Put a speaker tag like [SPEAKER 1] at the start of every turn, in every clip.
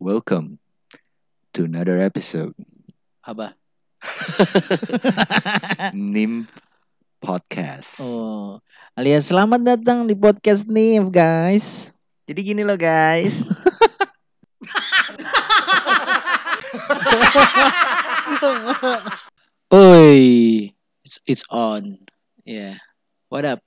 [SPEAKER 1] Welcome to another episode
[SPEAKER 2] apa
[SPEAKER 1] NIM Podcast.
[SPEAKER 2] Uh. oh alias selamat datang di podcast Nif guys
[SPEAKER 1] Jadi gini loh guys.
[SPEAKER 2] oi it's, it's on yeah what up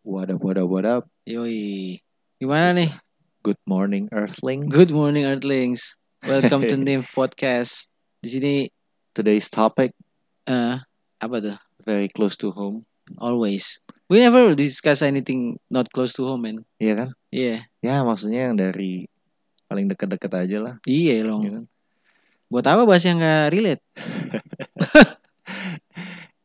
[SPEAKER 1] What up, what up, what up?
[SPEAKER 2] yoi gimana nih
[SPEAKER 1] Good morning, Earthling.
[SPEAKER 2] good morning earthlings welcome to Nif podcast di sini
[SPEAKER 1] Today's topic
[SPEAKER 2] eh apa tuh
[SPEAKER 1] very close to home.
[SPEAKER 2] always we never discuss anything not close to home man
[SPEAKER 1] Iya kan?
[SPEAKER 2] yeah
[SPEAKER 1] Ya maksudnya yang dari paling dekat-dekat aja lah.
[SPEAKER 2] iya long
[SPEAKER 1] Iya kan?
[SPEAKER 2] buat apa bahas yang gak relate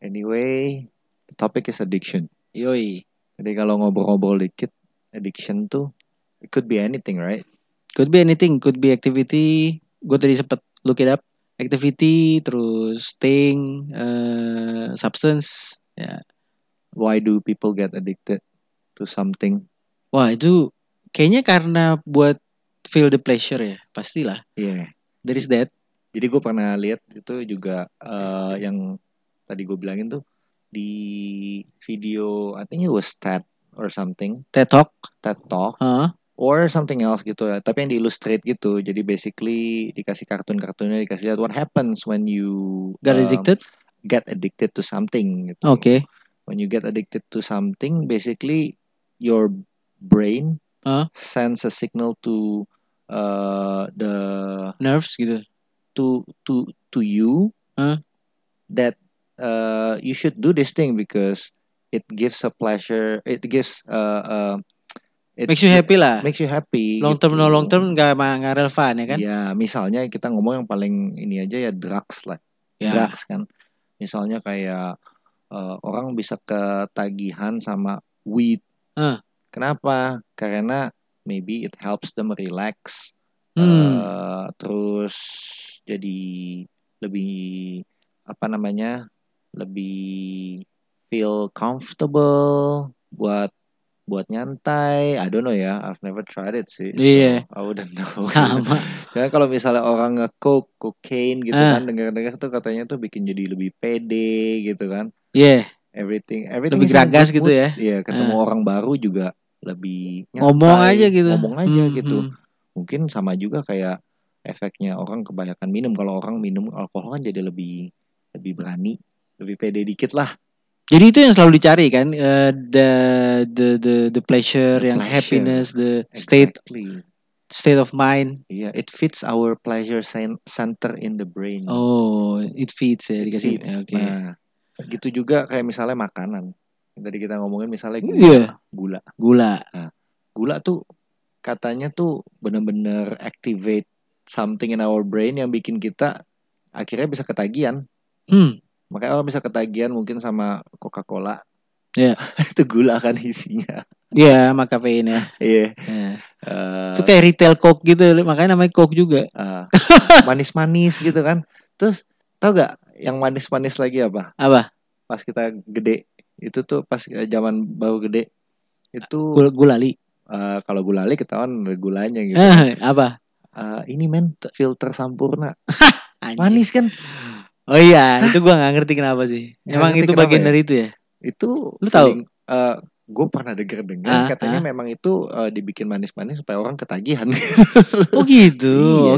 [SPEAKER 1] Anyway, the topic is addiction.
[SPEAKER 2] yoi
[SPEAKER 1] Jadi kalau ngobrol-ngobrol dikit, addiction tuh it could be anything, right?
[SPEAKER 2] Could be anything, could be activity. Gue tadi sempet look it up. Activity, terus thing, eh, substance. Ya.
[SPEAKER 1] Why do people get addicted to something?
[SPEAKER 2] Wah itu kayaknya karena buat feel the pleasure ya, pastilah.
[SPEAKER 1] Iya.
[SPEAKER 2] There is that.
[SPEAKER 1] Jadi gue pernah lihat itu juga eh, yang tadi gue bilangin tuh di video I think it was TED or something
[SPEAKER 2] TED Talk,
[SPEAKER 1] TED Talk
[SPEAKER 2] huh?
[SPEAKER 1] or something else gitu ya. Tapi yang di illustrate gitu. Jadi basically dikasih kartun-kartunnya dikasih lihat what happens when you
[SPEAKER 2] got
[SPEAKER 1] um,
[SPEAKER 2] addicted.
[SPEAKER 1] get addicted to something gitu.
[SPEAKER 2] Oke.
[SPEAKER 1] When you get addicted to something basically your brain
[SPEAKER 2] Huh?
[SPEAKER 1] sends a signal to uh, the
[SPEAKER 2] Nerves gitu.
[SPEAKER 1] to to to you
[SPEAKER 2] Huh?
[SPEAKER 1] that uh, you should do this thing because it gives a pleasure it gives uh, uh, it
[SPEAKER 2] Makes you happy lah.
[SPEAKER 1] makes you happy
[SPEAKER 2] Long term
[SPEAKER 1] gitu.
[SPEAKER 2] no long term gak, nggak relevan ya kan?
[SPEAKER 1] ya misalnya kita ngomong yang paling ini aja ya drugs lah
[SPEAKER 2] Ya.
[SPEAKER 1] drugs kan misalnya kayak uh, orang bisa ketagihan sama weed
[SPEAKER 2] Huh.
[SPEAKER 1] kenapa karena maybe it helps them relax
[SPEAKER 2] Hmm.
[SPEAKER 1] Eh, terus jadi lebih apa namanya lebih feel comfortable buat buat nyantai I don't know ya I've never tried it sih so
[SPEAKER 2] Iya.
[SPEAKER 1] I wouldn't know
[SPEAKER 2] Sama.
[SPEAKER 1] Cuma kalau misalnya orang nge-coke cocaine gitu
[SPEAKER 2] Ah.
[SPEAKER 1] kan dengar-dengar tuh katanya tuh bikin jadi lebih pede gitu kan
[SPEAKER 2] Yeah.
[SPEAKER 1] everything everything
[SPEAKER 2] Iya. Lebih
[SPEAKER 1] is in
[SPEAKER 2] geragas
[SPEAKER 1] good
[SPEAKER 2] gitu
[SPEAKER 1] mood.
[SPEAKER 2] ya.
[SPEAKER 1] Iya, ketemu orang baru juga lebih
[SPEAKER 2] Ngomong
[SPEAKER 1] nyantai,
[SPEAKER 2] aja gitu.
[SPEAKER 1] ngomong aja
[SPEAKER 2] Hmm,
[SPEAKER 1] gitu
[SPEAKER 2] hmm.
[SPEAKER 1] mungkin sama juga kayak efeknya orang kebanyakan minum kalau orang minum alkohol kan jadi lebih lebih berani lebih pede dikit lah
[SPEAKER 2] Jadi itu yang selalu dicari kan eh, the, the the the pleasure,
[SPEAKER 1] The
[SPEAKER 2] yang
[SPEAKER 1] pleasure.
[SPEAKER 2] happiness, the state
[SPEAKER 1] Exactly.
[SPEAKER 2] state of mind.
[SPEAKER 1] iya it fits our pleasure cen- center in the brain
[SPEAKER 2] Oh, it fits ya
[SPEAKER 1] It
[SPEAKER 2] dikasih.
[SPEAKER 1] fits.
[SPEAKER 2] Oke.
[SPEAKER 1] nah gitu juga kayak misalnya makanan Yang tadi kita ngomongin misalnya gula
[SPEAKER 2] Iya.
[SPEAKER 1] gula
[SPEAKER 2] Gula.
[SPEAKER 1] gula tuh katanya tuh bener-bener activate something in our brain yang bikin kita akhirnya bisa ketagihan
[SPEAKER 2] Hmm.
[SPEAKER 1] Makanya orang bisa ketagihan mungkin sama Coca-Cola.
[SPEAKER 2] Iya.
[SPEAKER 1] Ya, itu gula kan isinya.
[SPEAKER 2] Iya, sama kafein ya.
[SPEAKER 1] Iya.
[SPEAKER 2] Ya.
[SPEAKER 1] Eh,
[SPEAKER 2] Itu kayak retail coke gitu, makanya namanya coke juga.
[SPEAKER 1] eh, manis-manis gitu kan. Terus tau gak yang manis-manis lagi apa?
[SPEAKER 2] Apa?
[SPEAKER 1] Pas kita gede itu tuh pas eh, zaman baru gede itu
[SPEAKER 2] Gula gulali.
[SPEAKER 1] eh, kalau gulali ketahuan ada gulanya gitu.
[SPEAKER 2] Ah, apa?
[SPEAKER 1] Eh, ini men filter sampurna.
[SPEAKER 2] Anjing.
[SPEAKER 1] Manis kan?
[SPEAKER 2] Oh iya, itu gua nggak ngerti kenapa sih.
[SPEAKER 1] Nggak
[SPEAKER 2] Emang
[SPEAKER 1] ngerti
[SPEAKER 2] itu
[SPEAKER 1] kenapa
[SPEAKER 2] bagian
[SPEAKER 1] ya?
[SPEAKER 2] dari itu ya?
[SPEAKER 1] Itu
[SPEAKER 2] Lu tahu?
[SPEAKER 1] gue pernah denger-denger
[SPEAKER 2] Ah,
[SPEAKER 1] katanya memang itu eh, dibikin manis-manis supaya orang ketagihan.
[SPEAKER 2] Oh gitu.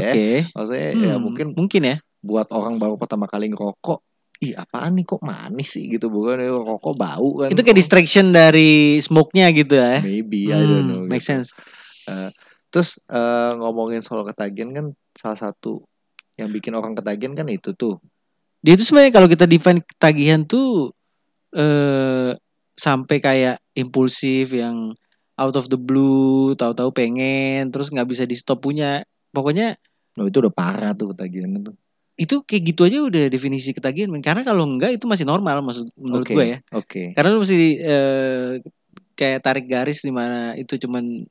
[SPEAKER 1] Iya.
[SPEAKER 2] Oke.
[SPEAKER 1] Maksudnya ya
[SPEAKER 2] Hmm,
[SPEAKER 1] mungkin
[SPEAKER 2] mungkin ya.
[SPEAKER 1] buat orang baru pertama kali ngerokok ih apaan nih kok manis sih gitu bukan eh, rokok bau kan
[SPEAKER 2] Itu kayak distraction dari smoke-nya gitu ya.
[SPEAKER 1] maybe I don't
[SPEAKER 2] Hmm,
[SPEAKER 1] know
[SPEAKER 2] Make
[SPEAKER 1] gitu.
[SPEAKER 2] sense.
[SPEAKER 1] terus eh, ngomongin soal ketagihan kan salah satu yang bikin orang ketagihan kan itu tuh
[SPEAKER 2] Dia itu sebenarnya kalau kita define ketagihan tuh eh sampai kayak impulsif yang out of the blue, tahu-tahu pengen, terus nggak bisa di stop punya. Pokoknya
[SPEAKER 1] no Nah, itu udah parah tuh ketagihan itu
[SPEAKER 2] itu kayak gitu aja udah definisi ketagihan. men. Karena kalau enggak itu masih normal maksud menurut
[SPEAKER 1] Oke,
[SPEAKER 2] gua ya.
[SPEAKER 1] oke
[SPEAKER 2] Karena lu mesti eh, kayak tarik garis di mana itu cuman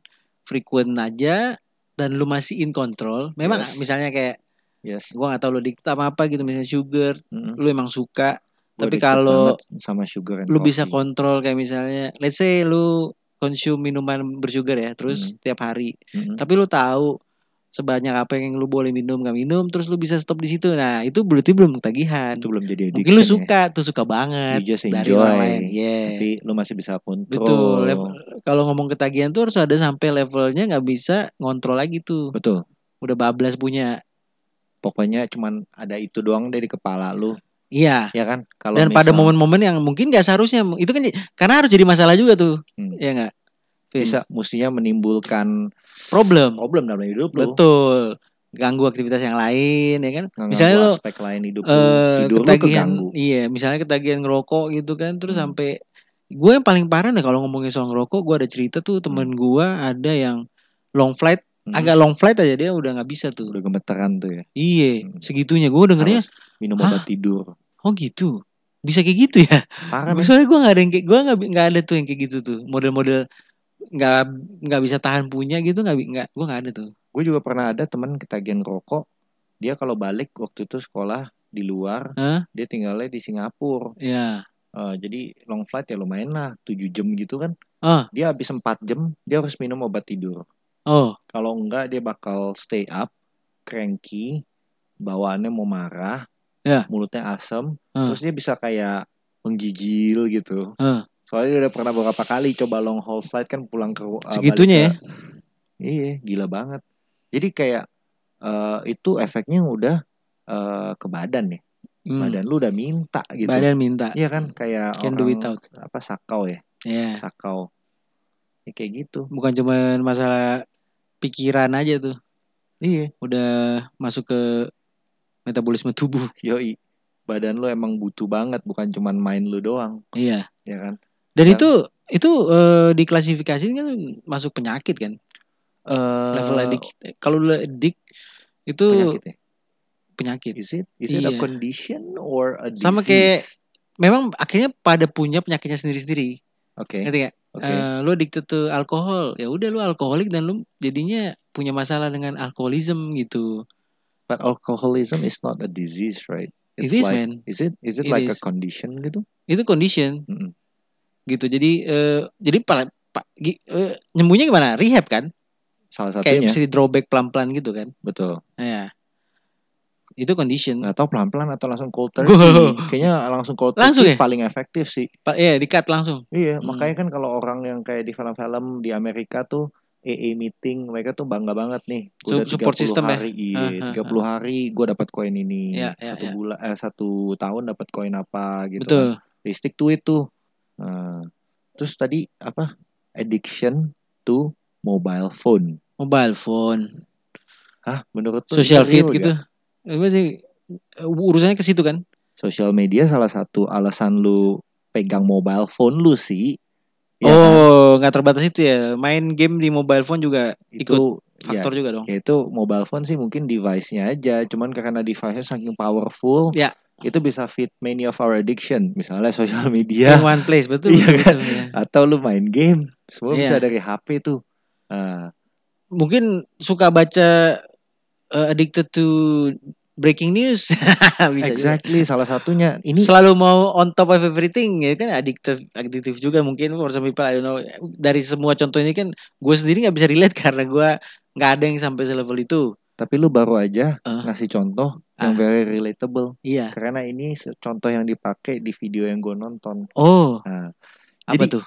[SPEAKER 2] frequent aja dan lu masih in control. Memang
[SPEAKER 1] Yes.
[SPEAKER 2] misalnya kayak
[SPEAKER 1] yes
[SPEAKER 2] gua nggak tahu lu dikit sama apa gitu misalnya sugar,
[SPEAKER 1] Mm-mm.
[SPEAKER 2] lu emang suka
[SPEAKER 1] Gua
[SPEAKER 2] Tapi
[SPEAKER 1] addicted
[SPEAKER 2] kalau
[SPEAKER 1] banget sama sugar and
[SPEAKER 2] lu bisa
[SPEAKER 1] coffee.
[SPEAKER 2] kontrol kayak misalnya let's say
[SPEAKER 1] Hmm.
[SPEAKER 2] lu konsum minuman bersugar ya terus tiap hari
[SPEAKER 1] Mm-mm.
[SPEAKER 2] tapi lu tahu sebanyak apa yang lu boleh minum nggak minum terus lu bisa stop di situ nah itu berarti belum ketagihan
[SPEAKER 1] itu belum jadi
[SPEAKER 2] mungkin lu
[SPEAKER 1] addiction
[SPEAKER 2] suka tuh suka
[SPEAKER 1] ya.
[SPEAKER 2] banget
[SPEAKER 1] You just
[SPEAKER 2] dari
[SPEAKER 1] enjoy
[SPEAKER 2] orang lain yeah.
[SPEAKER 1] tapi lu masih bisa kontrol
[SPEAKER 2] betul Level- kalau ngomong ketagihan tuh harus ada sampai levelnya nggak bisa ngontrol lagi tuh
[SPEAKER 1] betul
[SPEAKER 2] udah bablas punya
[SPEAKER 1] pokoknya cuman ada itu doang dari kepala lu
[SPEAKER 2] iya
[SPEAKER 1] ya kan kalau
[SPEAKER 2] dan pada
[SPEAKER 1] misal-
[SPEAKER 2] momen-momen yang mungkin nggak seharusnya itu kan j- karena harus jadi masalah juga tuh
[SPEAKER 1] Hmm.
[SPEAKER 2] ya nggak Vin?
[SPEAKER 1] bisa mestinya menimbulkan
[SPEAKER 2] problem
[SPEAKER 1] problem dalam hidup lu
[SPEAKER 2] betul ganggu aktivitas yang lain ya kan
[SPEAKER 1] Ngeganggu
[SPEAKER 2] misalnya lu
[SPEAKER 1] aspek lain hidup lu
[SPEAKER 2] eh
[SPEAKER 1] tidur lu
[SPEAKER 2] ketagihan
[SPEAKER 1] keganggu
[SPEAKER 2] iya misalnya ketagihan ngerokok gitu kan terus
[SPEAKER 1] Hmm.
[SPEAKER 2] sampai gue yang paling parah nih kalau ngomongin soal ngerokok gue ada cerita tuh temen gua ada yang long flight
[SPEAKER 1] Hmm,
[SPEAKER 2] agak long flight aja dia udah nggak bisa tuh
[SPEAKER 1] udah gemeteran tuh ya
[SPEAKER 2] iya
[SPEAKER 1] Hmm.
[SPEAKER 2] segitunya gue dengernya
[SPEAKER 1] Harus minum
[SPEAKER 2] Hah?
[SPEAKER 1] obat tidur
[SPEAKER 2] oh gitu bisa kayak gitu ya
[SPEAKER 1] parah men.
[SPEAKER 2] soalnya gue nggak ada yang kayak gue nggak nggak ada tuh yang kayak gitu tuh model-model nggak nggak bisa tahan punya gitu nggak bi- nggak gue nggak ada tuh
[SPEAKER 1] gue juga pernah ada teman ketagihan rokok dia kalau balik waktu itu sekolah di luar
[SPEAKER 2] Hah?
[SPEAKER 1] dia tinggalnya di Singapura
[SPEAKER 2] ya
[SPEAKER 1] Eh, jadi long flight ya lumayan lah 7 jam gitu kan
[SPEAKER 2] Ah.
[SPEAKER 1] dia habis 4 jam dia harus minum obat tidur
[SPEAKER 2] oh
[SPEAKER 1] kalau enggak dia bakal stay up cranky bawaannya mau marah
[SPEAKER 2] Ya.
[SPEAKER 1] mulutnya asem
[SPEAKER 2] Ah.
[SPEAKER 1] terus dia bisa kayak menggigil gitu
[SPEAKER 2] Ah.
[SPEAKER 1] soalnya dia udah pernah beberapa kali coba long haul flight kan pulang ke uh, balik
[SPEAKER 2] segitunya
[SPEAKER 1] ke-
[SPEAKER 2] ya
[SPEAKER 1] Iya, gila banget. Jadi kayak eh, itu efeknya udah eh, ke badan ya.
[SPEAKER 2] Hmm.
[SPEAKER 1] Badan lu udah minta gitu.
[SPEAKER 2] badan minta
[SPEAKER 1] Iya kan kayak
[SPEAKER 2] Can do
[SPEAKER 1] orang
[SPEAKER 2] without.
[SPEAKER 1] apa sakau ya,
[SPEAKER 2] ya
[SPEAKER 1] sakau. Ya, kayak gitu.
[SPEAKER 2] bukan cuman masalah pikiran aja tuh
[SPEAKER 1] Iya,
[SPEAKER 2] udah masuk ke metabolisme tubuh
[SPEAKER 1] yoi. Badan lu emang butuh banget bukan cuman main lu doang,
[SPEAKER 2] iya
[SPEAKER 1] ya kan?
[SPEAKER 2] dan
[SPEAKER 1] Kan-
[SPEAKER 2] itu itu eh, diklasifikasiin kan masuk penyakit kan
[SPEAKER 1] Eh
[SPEAKER 2] level adik kalau lu adik itu
[SPEAKER 1] penyakit ya.
[SPEAKER 2] penyakit
[SPEAKER 1] Is it is it a
[SPEAKER 2] Iya.
[SPEAKER 1] condition or a disease?
[SPEAKER 2] Sama kayak- memang akhirnya pada punya penyakitnya sendiri-sendiri
[SPEAKER 1] Oke.
[SPEAKER 2] ngerti nggak
[SPEAKER 1] Oke.
[SPEAKER 2] Eh, lu addicted to alkohol ya udah lu alkoholik dan lu jadinya punya masalah dengan alkoholism gitu
[SPEAKER 1] But alcoholism is not a disease, right?
[SPEAKER 2] It
[SPEAKER 1] It's
[SPEAKER 2] is,
[SPEAKER 1] like,
[SPEAKER 2] man.
[SPEAKER 1] Is it is it,
[SPEAKER 2] It
[SPEAKER 1] like a
[SPEAKER 2] is.
[SPEAKER 1] condition gitu?
[SPEAKER 2] itu condition
[SPEAKER 1] Mm-mm.
[SPEAKER 2] gitu jadi eh jadi pala, pa, gi- eh, nyembuhnya gimana rehab kan
[SPEAKER 1] Salah
[SPEAKER 2] kayak
[SPEAKER 1] satunya.
[SPEAKER 2] bisa di drawback pelan pelan gitu kan
[SPEAKER 1] Betul.
[SPEAKER 2] Nah, ya itu condition
[SPEAKER 1] Nggak tahu pelan-pelan atau langsung cold turkey.
[SPEAKER 2] Gua-
[SPEAKER 1] Kayaknya langsung cold
[SPEAKER 2] Langsung
[SPEAKER 1] turkey
[SPEAKER 2] ya?
[SPEAKER 1] paling efektif sih.
[SPEAKER 2] pa, ya di cut langsung
[SPEAKER 1] Iya,
[SPEAKER 2] Hmm.
[SPEAKER 1] makanya kan kalau orang yang kayak di film-film di Amerika tuh AA meeting, mereka tuh bangga banget nih. Gua
[SPEAKER 2] Sup-
[SPEAKER 1] udah
[SPEAKER 2] support
[SPEAKER 1] 30
[SPEAKER 2] system ya?
[SPEAKER 1] hari, iya,
[SPEAKER 2] Ah, ah,
[SPEAKER 1] 30 hari gue dapat koin ini.
[SPEAKER 2] Iya, iya,
[SPEAKER 1] satu
[SPEAKER 2] iya.
[SPEAKER 1] bulan eh satu tahun dapat koin apa gitu
[SPEAKER 2] betul
[SPEAKER 1] kan. They stick to it tuh. Nah, terus tadi apa? Addiction to mobile phone.
[SPEAKER 2] mobile phone
[SPEAKER 1] Hah, menurut lu
[SPEAKER 2] social
[SPEAKER 1] itu
[SPEAKER 2] feed
[SPEAKER 1] real ya.
[SPEAKER 2] gitu
[SPEAKER 1] nggak?
[SPEAKER 2] Apa sih, eh, urusannya ke situ kan
[SPEAKER 1] Social media salah satu alasan lu pegang mobile phone lu sih. Ya kan?
[SPEAKER 2] oh nggak terbatas itu ya main game di mobile phone juga
[SPEAKER 1] itu ya,
[SPEAKER 2] faktor juga dong
[SPEAKER 1] ya itu mobile phone sih mungkin device-nya aja, cuman karena device-nya saking powerful,
[SPEAKER 2] Ya.
[SPEAKER 1] itu bisa fit many of our addiction, misalnya social
[SPEAKER 2] in
[SPEAKER 1] media
[SPEAKER 2] one place betul
[SPEAKER 1] Iya
[SPEAKER 2] betul,
[SPEAKER 1] kan?
[SPEAKER 2] betul, ya.
[SPEAKER 1] atau lu main game, semua
[SPEAKER 2] Iya.
[SPEAKER 1] bisa dari HP tuh. Nah,
[SPEAKER 2] mungkin suka baca eh, addicted to breaking news bisa juga
[SPEAKER 1] exactly salah satunya. Ini
[SPEAKER 2] selalu mau on top of everything ya kan addictive addictive juga mungkin for some people I don't know dari semua contoh ini kan gue sendiri nggak bisa relate karena gue nggak ada yang sampai selevel itu
[SPEAKER 1] tapi lu baru aja
[SPEAKER 2] Ah.
[SPEAKER 1] ngasih contoh yang
[SPEAKER 2] Ah.
[SPEAKER 1] very relatable
[SPEAKER 2] iya
[SPEAKER 1] karena ini se- contoh yang dipakai di video yang gue nonton.
[SPEAKER 2] oh
[SPEAKER 1] Nah,
[SPEAKER 2] apa
[SPEAKER 1] Jadi-
[SPEAKER 2] tuh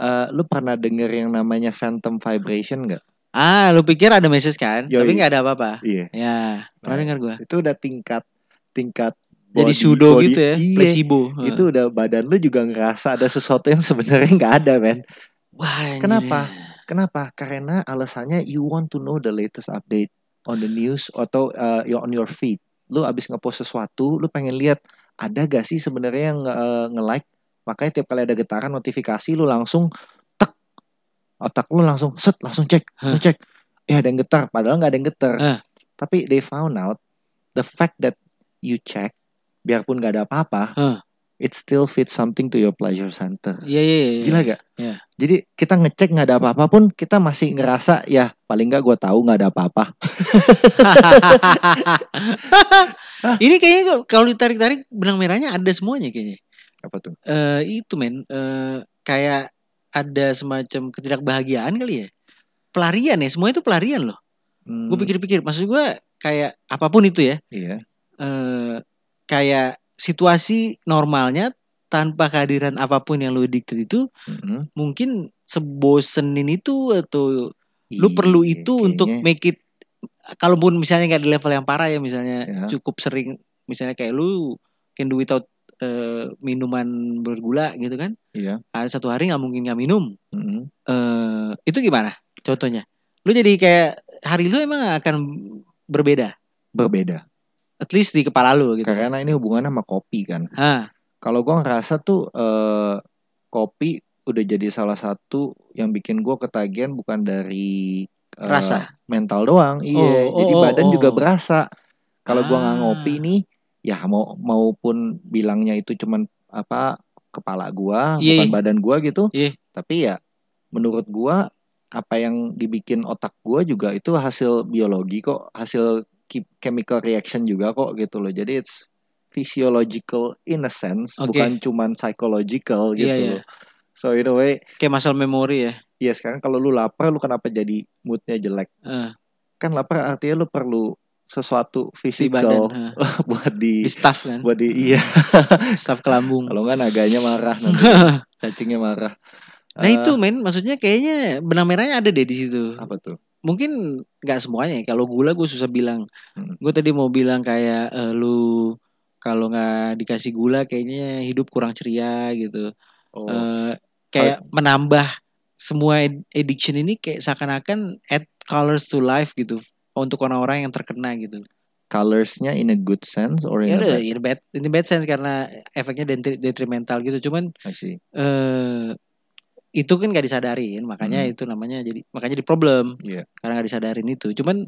[SPEAKER 1] eh, lu pernah denger yang namanya phantom vibration nggak?
[SPEAKER 2] ah lu pikir ada message kan
[SPEAKER 1] Yoi.
[SPEAKER 2] tapi nggak ada apa-apa
[SPEAKER 1] Iya.
[SPEAKER 2] ya pernah
[SPEAKER 1] Nah,
[SPEAKER 2] dengar gue
[SPEAKER 1] itu udah tingkat tingkat
[SPEAKER 2] jadi
[SPEAKER 1] body-
[SPEAKER 2] pseudo
[SPEAKER 1] body-
[SPEAKER 2] gitu ya
[SPEAKER 1] iya.
[SPEAKER 2] placebo
[SPEAKER 1] itu udah badan lu juga ngerasa ada sesuatu yang sebenarnya nggak ada men
[SPEAKER 2] Wah, anjir
[SPEAKER 1] Kenapa?
[SPEAKER 2] ya.
[SPEAKER 1] kenapa karena alasannya you want to know the latest update on the news atau uh, your- on your feed lu abis ngepost sesuatu lu pengen lihat ada gak sih sebenarnya yang uh, nge-like makanya tiap kali ada getaran notifikasi lu langsung tek otak lu langsung set langsung cek langsung cek ya ada yang getar padahal nggak ada yang getar
[SPEAKER 2] Hah.
[SPEAKER 1] tapi they found out the fact that you check biarpun gak ada apa-apa
[SPEAKER 2] Hah.
[SPEAKER 1] it still fits something to your pleasure center
[SPEAKER 2] Iya iya iya.
[SPEAKER 1] gila gak?
[SPEAKER 2] Iya.
[SPEAKER 1] Jadi kita ngecek nggak ada apa-apa pun kita masih ngerasa ya paling nggak gue tahu nggak ada apa-apa.
[SPEAKER 2] Ini kayaknya kalau- kalau ditarik-tarik benang merahnya ada semuanya kayaknya.
[SPEAKER 1] Apa tuh?
[SPEAKER 2] Eh itu men eh, kayak ada semacam ketidakbahagiaan kali ya. Pelarian ya, semua itu pelarian loh.
[SPEAKER 1] Hmm,
[SPEAKER 2] Gue pikir-pikir, maksud gue kayak apapun itu ya,
[SPEAKER 1] Iya.
[SPEAKER 2] eh, kayak situasi normalnya tanpa kehadiran apapun yang lu dikte itu
[SPEAKER 1] Mm-mm.
[SPEAKER 2] mungkin sebosenin itu atau lu
[SPEAKER 1] Iya,
[SPEAKER 2] perlu itu untuk
[SPEAKER 1] kayaknya.
[SPEAKER 2] make it kalaupun misalnya nggak di level yang parah ya misalnya
[SPEAKER 1] Ya.
[SPEAKER 2] cukup sering misalnya kayak lu can do without eh, minuman bergula gitu kan
[SPEAKER 1] Iya.
[SPEAKER 2] ada satu hari nggak mungkin nggak minum
[SPEAKER 1] Mm-mm.
[SPEAKER 2] eh itu gimana contohnya lu jadi kayak hari lu emang akan berbeda
[SPEAKER 1] Berbeda.
[SPEAKER 2] at least di kepala lu gitu
[SPEAKER 1] Karena ini hubungannya sama kopi kan.
[SPEAKER 2] ah
[SPEAKER 1] Kalau gue ngerasa tuh eh, kopi udah jadi salah satu yang bikin gue ketagihan bukan dari eh,
[SPEAKER 2] Rasa?
[SPEAKER 1] mental doang. Iya.
[SPEAKER 2] Oh, oh,
[SPEAKER 1] jadi
[SPEAKER 2] oh,
[SPEAKER 1] badan juga
[SPEAKER 2] oh.
[SPEAKER 1] berasa. Kalau gua nggak
[SPEAKER 2] Ah.
[SPEAKER 1] ngopi nih, ya mau maupun bilangnya itu cuman apa kepala gua,
[SPEAKER 2] Iya,
[SPEAKER 1] bukan
[SPEAKER 2] iya.
[SPEAKER 1] badan gua gitu.
[SPEAKER 2] Iya.
[SPEAKER 1] Tapi ya menurut gua apa yang dibikin otak gua juga itu hasil biologi kok, hasil ki- chemical reaction juga kok gitu loh. Jadi it's physiological in a sense,
[SPEAKER 2] Oke.
[SPEAKER 1] bukan cuman psychological gitu
[SPEAKER 2] Iya, iya.
[SPEAKER 1] loh. So in a way,
[SPEAKER 2] kayak masalah memori ya
[SPEAKER 1] ya sekarang kalau lu lapar lu kenapa jadi moodnya jelek?
[SPEAKER 2] Eh,
[SPEAKER 1] Kan lapar artinya lu perlu sesuatu
[SPEAKER 2] di
[SPEAKER 1] physical
[SPEAKER 2] badan ah.
[SPEAKER 1] buat
[SPEAKER 2] di
[SPEAKER 1] di
[SPEAKER 2] staff kan
[SPEAKER 1] buat di iya
[SPEAKER 2] staff Nah, ke lambung
[SPEAKER 1] kalau nggak naganya marah nanti cacingnya marah
[SPEAKER 2] nah
[SPEAKER 1] Eh,
[SPEAKER 2] itu men maksudnya kayaknya benang merahnya ada deh di situ
[SPEAKER 1] apa tuh
[SPEAKER 2] mungkin nggak semuanya ya. kalau gula gue susah bilang
[SPEAKER 1] Hmm.
[SPEAKER 2] gue tadi mau bilang kayak eh, lu kalau nggak dikasih gula kayaknya hidup kurang ceria gitu
[SPEAKER 1] oh
[SPEAKER 2] Eh, kayak menambah semua ad- addiction ini kayak seakan-akan add colors to life gitu untuk orang-orang yang terkena gitu.
[SPEAKER 1] colorsnya in a good sense or in
[SPEAKER 2] Ya
[SPEAKER 1] a
[SPEAKER 2] udah,
[SPEAKER 1] bad
[SPEAKER 2] ini bad, ini bad sense karena efeknya dentri- detrimental gitu. Cuman
[SPEAKER 1] I see.
[SPEAKER 2] eh itu kan gak disadarin, makanya
[SPEAKER 1] Hmm.
[SPEAKER 2] itu namanya jadi makanya jadi problem.
[SPEAKER 1] Iya.
[SPEAKER 2] Karena gak disadarin itu. Cuman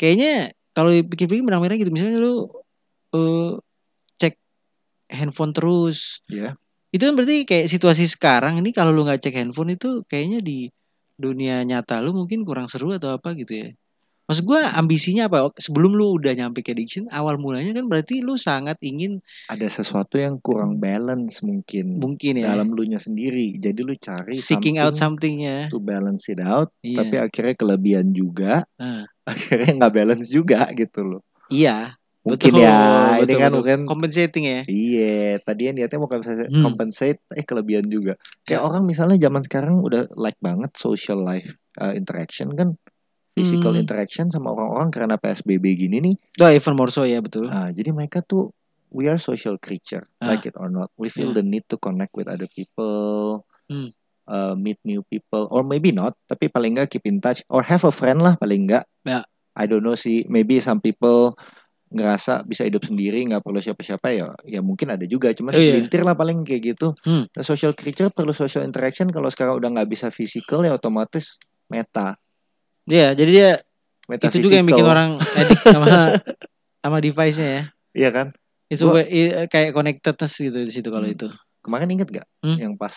[SPEAKER 2] kayaknya kalau pikir-pikir benang merah gitu, misalnya lu eh, cek handphone terus,
[SPEAKER 1] Iya.
[SPEAKER 2] itu kan berarti kayak situasi sekarang ini kalau lu nggak cek handphone itu kayaknya di dunia nyata lu mungkin kurang seru atau apa gitu ya maksud gua ambisinya apa sebelum lu udah nyampe ke addiction awal mulanya kan berarti lu sangat ingin
[SPEAKER 1] ada sesuatu yang kurang balance mungkin
[SPEAKER 2] mungkin ya
[SPEAKER 1] dalam lunya sendiri jadi lu cari
[SPEAKER 2] seeking out
[SPEAKER 1] something
[SPEAKER 2] somethingnya
[SPEAKER 1] to balance it out
[SPEAKER 2] iya
[SPEAKER 1] tapi akhirnya kelebihan juga
[SPEAKER 2] Nah,
[SPEAKER 1] akhirnya nggak balance juga gitu loh
[SPEAKER 2] iya
[SPEAKER 1] mungkin
[SPEAKER 2] betul,
[SPEAKER 1] ya ini
[SPEAKER 2] betul,
[SPEAKER 1] kan
[SPEAKER 2] betul.
[SPEAKER 1] mungkin
[SPEAKER 2] compensating ya
[SPEAKER 1] Iya, tadinya niatnya mau compensate,
[SPEAKER 2] Hmm.
[SPEAKER 1] compensate, eh kelebihan juga. Kayak
[SPEAKER 2] Ya.
[SPEAKER 1] orang misalnya zaman sekarang udah like banget social life uh, interaction kan, physical
[SPEAKER 2] Hmm.
[SPEAKER 1] interaction sama orang-orang karena PSBB gini nih.
[SPEAKER 2] Doa even more so ya betul
[SPEAKER 1] Ah, jadi mereka tuh we are social creature,
[SPEAKER 2] Ah.
[SPEAKER 1] like it or not. We feel the
[SPEAKER 2] Ya.
[SPEAKER 1] need to connect with other people,
[SPEAKER 2] Hmm.
[SPEAKER 1] uh, meet new people, or maybe not. Tapi paling nggak keep in touch or have a friend lah paling nggak.
[SPEAKER 2] Ya.
[SPEAKER 1] I don't know sih. Maybe some people ngerasa bisa hidup sendiri nggak perlu siapa-siapa ya ya mungkin ada juga cuman
[SPEAKER 2] Oh, iya.
[SPEAKER 1] segelintir lah paling kayak gitu
[SPEAKER 2] Hmm.
[SPEAKER 1] Nah, social creature perlu social interaction kalau sekarang udah nggak bisa physical ya otomatis meta
[SPEAKER 2] Iya, jadi dia
[SPEAKER 1] meta
[SPEAKER 2] itu juga yang bikin orang addict sama sama device-nya ya
[SPEAKER 1] iya kan
[SPEAKER 2] It's
[SPEAKER 1] Gua-
[SPEAKER 2] a way- i- kayak connectedness gitu di situ kalau
[SPEAKER 1] Hmm.
[SPEAKER 2] itu.
[SPEAKER 1] kemarin inget gak
[SPEAKER 2] Hmm?
[SPEAKER 1] yang pas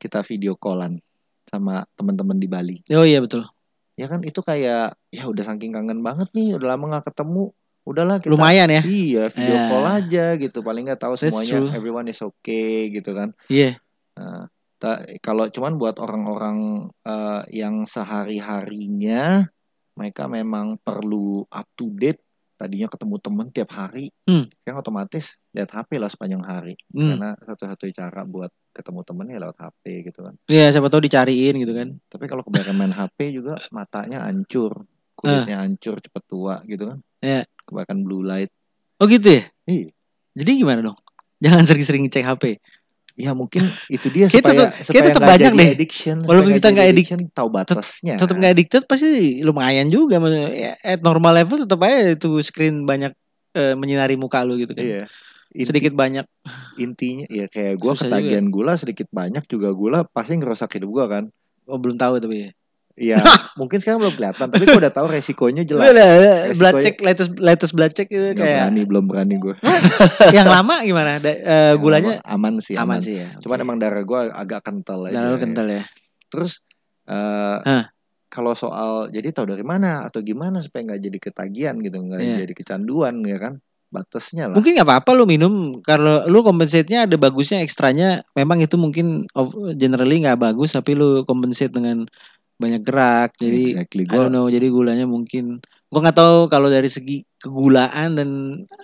[SPEAKER 1] kita video callan sama teman-teman di Bali
[SPEAKER 2] Oh iya betul.
[SPEAKER 1] ya kan itu kayak ya udah saking kangen banget nih udah lama nggak ketemu udahlah kita
[SPEAKER 2] Lumayan ya.
[SPEAKER 1] iya video
[SPEAKER 2] Ya.
[SPEAKER 1] call aja gitu paling nggak tahu
[SPEAKER 2] That's
[SPEAKER 1] semuanya
[SPEAKER 2] true.
[SPEAKER 1] everyone is okay gitu kan
[SPEAKER 2] Iya.
[SPEAKER 1] Nah, ta- kalau cuman buat orang-orang eh, yang sehari-harinya mereka memang perlu up to date. Tadinya ketemu temen tiap hari,
[SPEAKER 2] Hmm.
[SPEAKER 1] kan otomatis lihat HP lah sepanjang hari.
[SPEAKER 2] Hmm.
[SPEAKER 1] Karena satu-satunya cara buat ketemu temennya lewat HP gitu kan.
[SPEAKER 2] Iya, siapa tahu dicariin gitu kan.
[SPEAKER 1] Tapi kalau kebanyakan main HP juga matanya hancur, kulitnya
[SPEAKER 2] Ah.
[SPEAKER 1] hancur, cepet tua gitu kan.
[SPEAKER 2] Iya.
[SPEAKER 1] Kebanyakan blue light.
[SPEAKER 2] Oh gitu ya.
[SPEAKER 1] Ih,
[SPEAKER 2] Jadi gimana dong? Jangan sering-sering cek HP.
[SPEAKER 1] ya mungkin itu dia supaya
[SPEAKER 2] Kayak tetep- kayak
[SPEAKER 1] supaya
[SPEAKER 2] tetep
[SPEAKER 1] nggak
[SPEAKER 2] banyak
[SPEAKER 1] jadi
[SPEAKER 2] deh.
[SPEAKER 1] addiction,
[SPEAKER 2] Walaupun
[SPEAKER 1] supaya
[SPEAKER 2] kita
[SPEAKER 1] jadi
[SPEAKER 2] nggak addic-
[SPEAKER 1] addiction, tahu batasnya.
[SPEAKER 2] Tetap nggak addicted pasti lumayan juga. Maksudnya, ya, At normal level tetap aja itu screen banyak eh, menyinari muka lu gitu
[SPEAKER 1] Iya.
[SPEAKER 2] kan.
[SPEAKER 1] Inti-
[SPEAKER 2] Sedikit banyak.
[SPEAKER 1] intinya ya kayak gua
[SPEAKER 2] Susah
[SPEAKER 1] ketagihan gula sedikit banyak juga gula pasti ngerusak hidup gua kan.
[SPEAKER 2] Oh belum tahu tapi.
[SPEAKER 1] Iya, mungkin sekarang belum kelihatan, tapi gua udah tahu resikonya
[SPEAKER 2] Lu
[SPEAKER 1] jelas.
[SPEAKER 2] udah
[SPEAKER 1] Resikonya-
[SPEAKER 2] Iya, ya, blood check latest latest blood check gitu
[SPEAKER 1] Nggak
[SPEAKER 2] kayak
[SPEAKER 1] berani, belum berani gue.
[SPEAKER 2] yang lama gimana? Da- eh, gulanya
[SPEAKER 1] aman sih, aman.
[SPEAKER 2] aman, sih ya.
[SPEAKER 1] Cuman emang darah gua agak kental aja.
[SPEAKER 2] Darah lu kental ya.
[SPEAKER 1] Terus eh,
[SPEAKER 2] Hah.
[SPEAKER 1] kalau soal jadi tahu dari mana atau gimana supaya nggak jadi ketagihan gitu, nggak
[SPEAKER 2] Iya.
[SPEAKER 1] jadi kecanduan ya kan? Batasnya lah.
[SPEAKER 2] Mungkin nggak apa-apa lu minum kalau lu compensate-nya ada bagusnya ekstranya memang itu mungkin of- generally nggak bagus tapi lu compensate dengan banyak gerak jadi
[SPEAKER 1] exactly
[SPEAKER 2] I don't
[SPEAKER 1] gue
[SPEAKER 2] know, jadi gulanya mungkin gua nggak tahu kalau dari segi kegulaan dan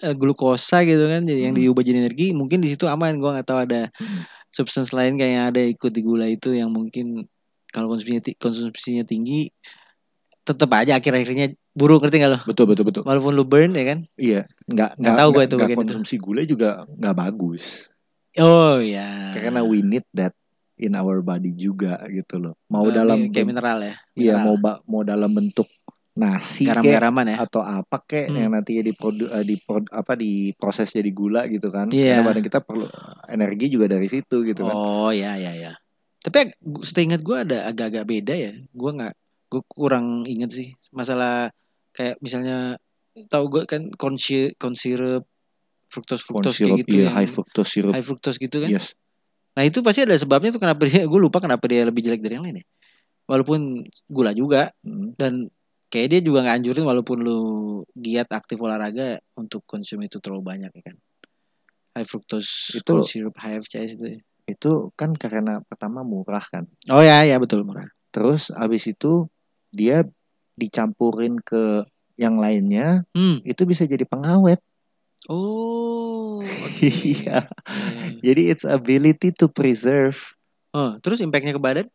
[SPEAKER 2] eh, glukosa gitu kan jadi yang
[SPEAKER 1] Hmm.
[SPEAKER 2] diubah jadi energi mungkin di situ aman gua nggak tahu ada
[SPEAKER 1] Hmm.
[SPEAKER 2] substance lain kayak yang ada ikut di gula itu yang mungkin kalau konsumsinya ti- konsumsinya tinggi tetap aja akhir-akhirnya buruk ngerti gak lo
[SPEAKER 1] betul betul betul
[SPEAKER 2] walaupun lu burn ya kan
[SPEAKER 1] iya nggak
[SPEAKER 2] Nggak tahu gua itu
[SPEAKER 1] nggak
[SPEAKER 2] bagian itu.
[SPEAKER 1] konsumsi gula juga nggak bagus
[SPEAKER 2] oh ya
[SPEAKER 1] karena we need that in our body juga gitu loh
[SPEAKER 2] Ah,
[SPEAKER 1] mau dalam ben-
[SPEAKER 2] kayak mineral ya
[SPEAKER 1] iya
[SPEAKER 2] mineral.
[SPEAKER 1] mau ba- mau dalam bentuk nasi kek
[SPEAKER 2] garam-garaman ya
[SPEAKER 1] atau apa kek
[SPEAKER 2] Hmm.
[SPEAKER 1] yang nantinya diprodu, eh, dipro- apa diproses jadi gula gitu kan
[SPEAKER 2] Iya.
[SPEAKER 1] karena badan kita perlu energi juga dari situ gitu kan
[SPEAKER 2] Oh ya ya ya. Tapi ag- gu- seingat gue ada agak-agak beda ya. Gue nggak, gue kurang inget sih masalah kayak misalnya tahu gue kan corn syrup, corn syrup, fructose
[SPEAKER 1] corn
[SPEAKER 2] fructose
[SPEAKER 1] syrup
[SPEAKER 2] kayak gitu
[SPEAKER 1] iya
[SPEAKER 2] yang
[SPEAKER 1] high fructose Iya. syrup
[SPEAKER 2] high fructose gitu kan.
[SPEAKER 1] yes
[SPEAKER 2] Nah itu pasti ada sebabnya tuh kenapa dia, gue lupa kenapa dia lebih jelek dari yang lain ya. Walaupun gula juga
[SPEAKER 1] Mm.
[SPEAKER 2] dan kayak dia juga nggak anjurin walaupun lu giat aktif olahraga untuk konsum itu terlalu banyak ya kan. High fructose
[SPEAKER 1] Itu-
[SPEAKER 2] corn syrup high FCS itu. ya.
[SPEAKER 1] itu kan karena pertama murah kan
[SPEAKER 2] Oh ya ya betul murah.
[SPEAKER 1] terus abis itu dia dicampurin ke yang lainnya
[SPEAKER 2] Hmm.
[SPEAKER 1] itu bisa jadi pengawet
[SPEAKER 2] Oh.
[SPEAKER 1] Iya.
[SPEAKER 2] oke.
[SPEAKER 1] jadi it's ability to preserve
[SPEAKER 2] Oh, terus impactnya ke badan?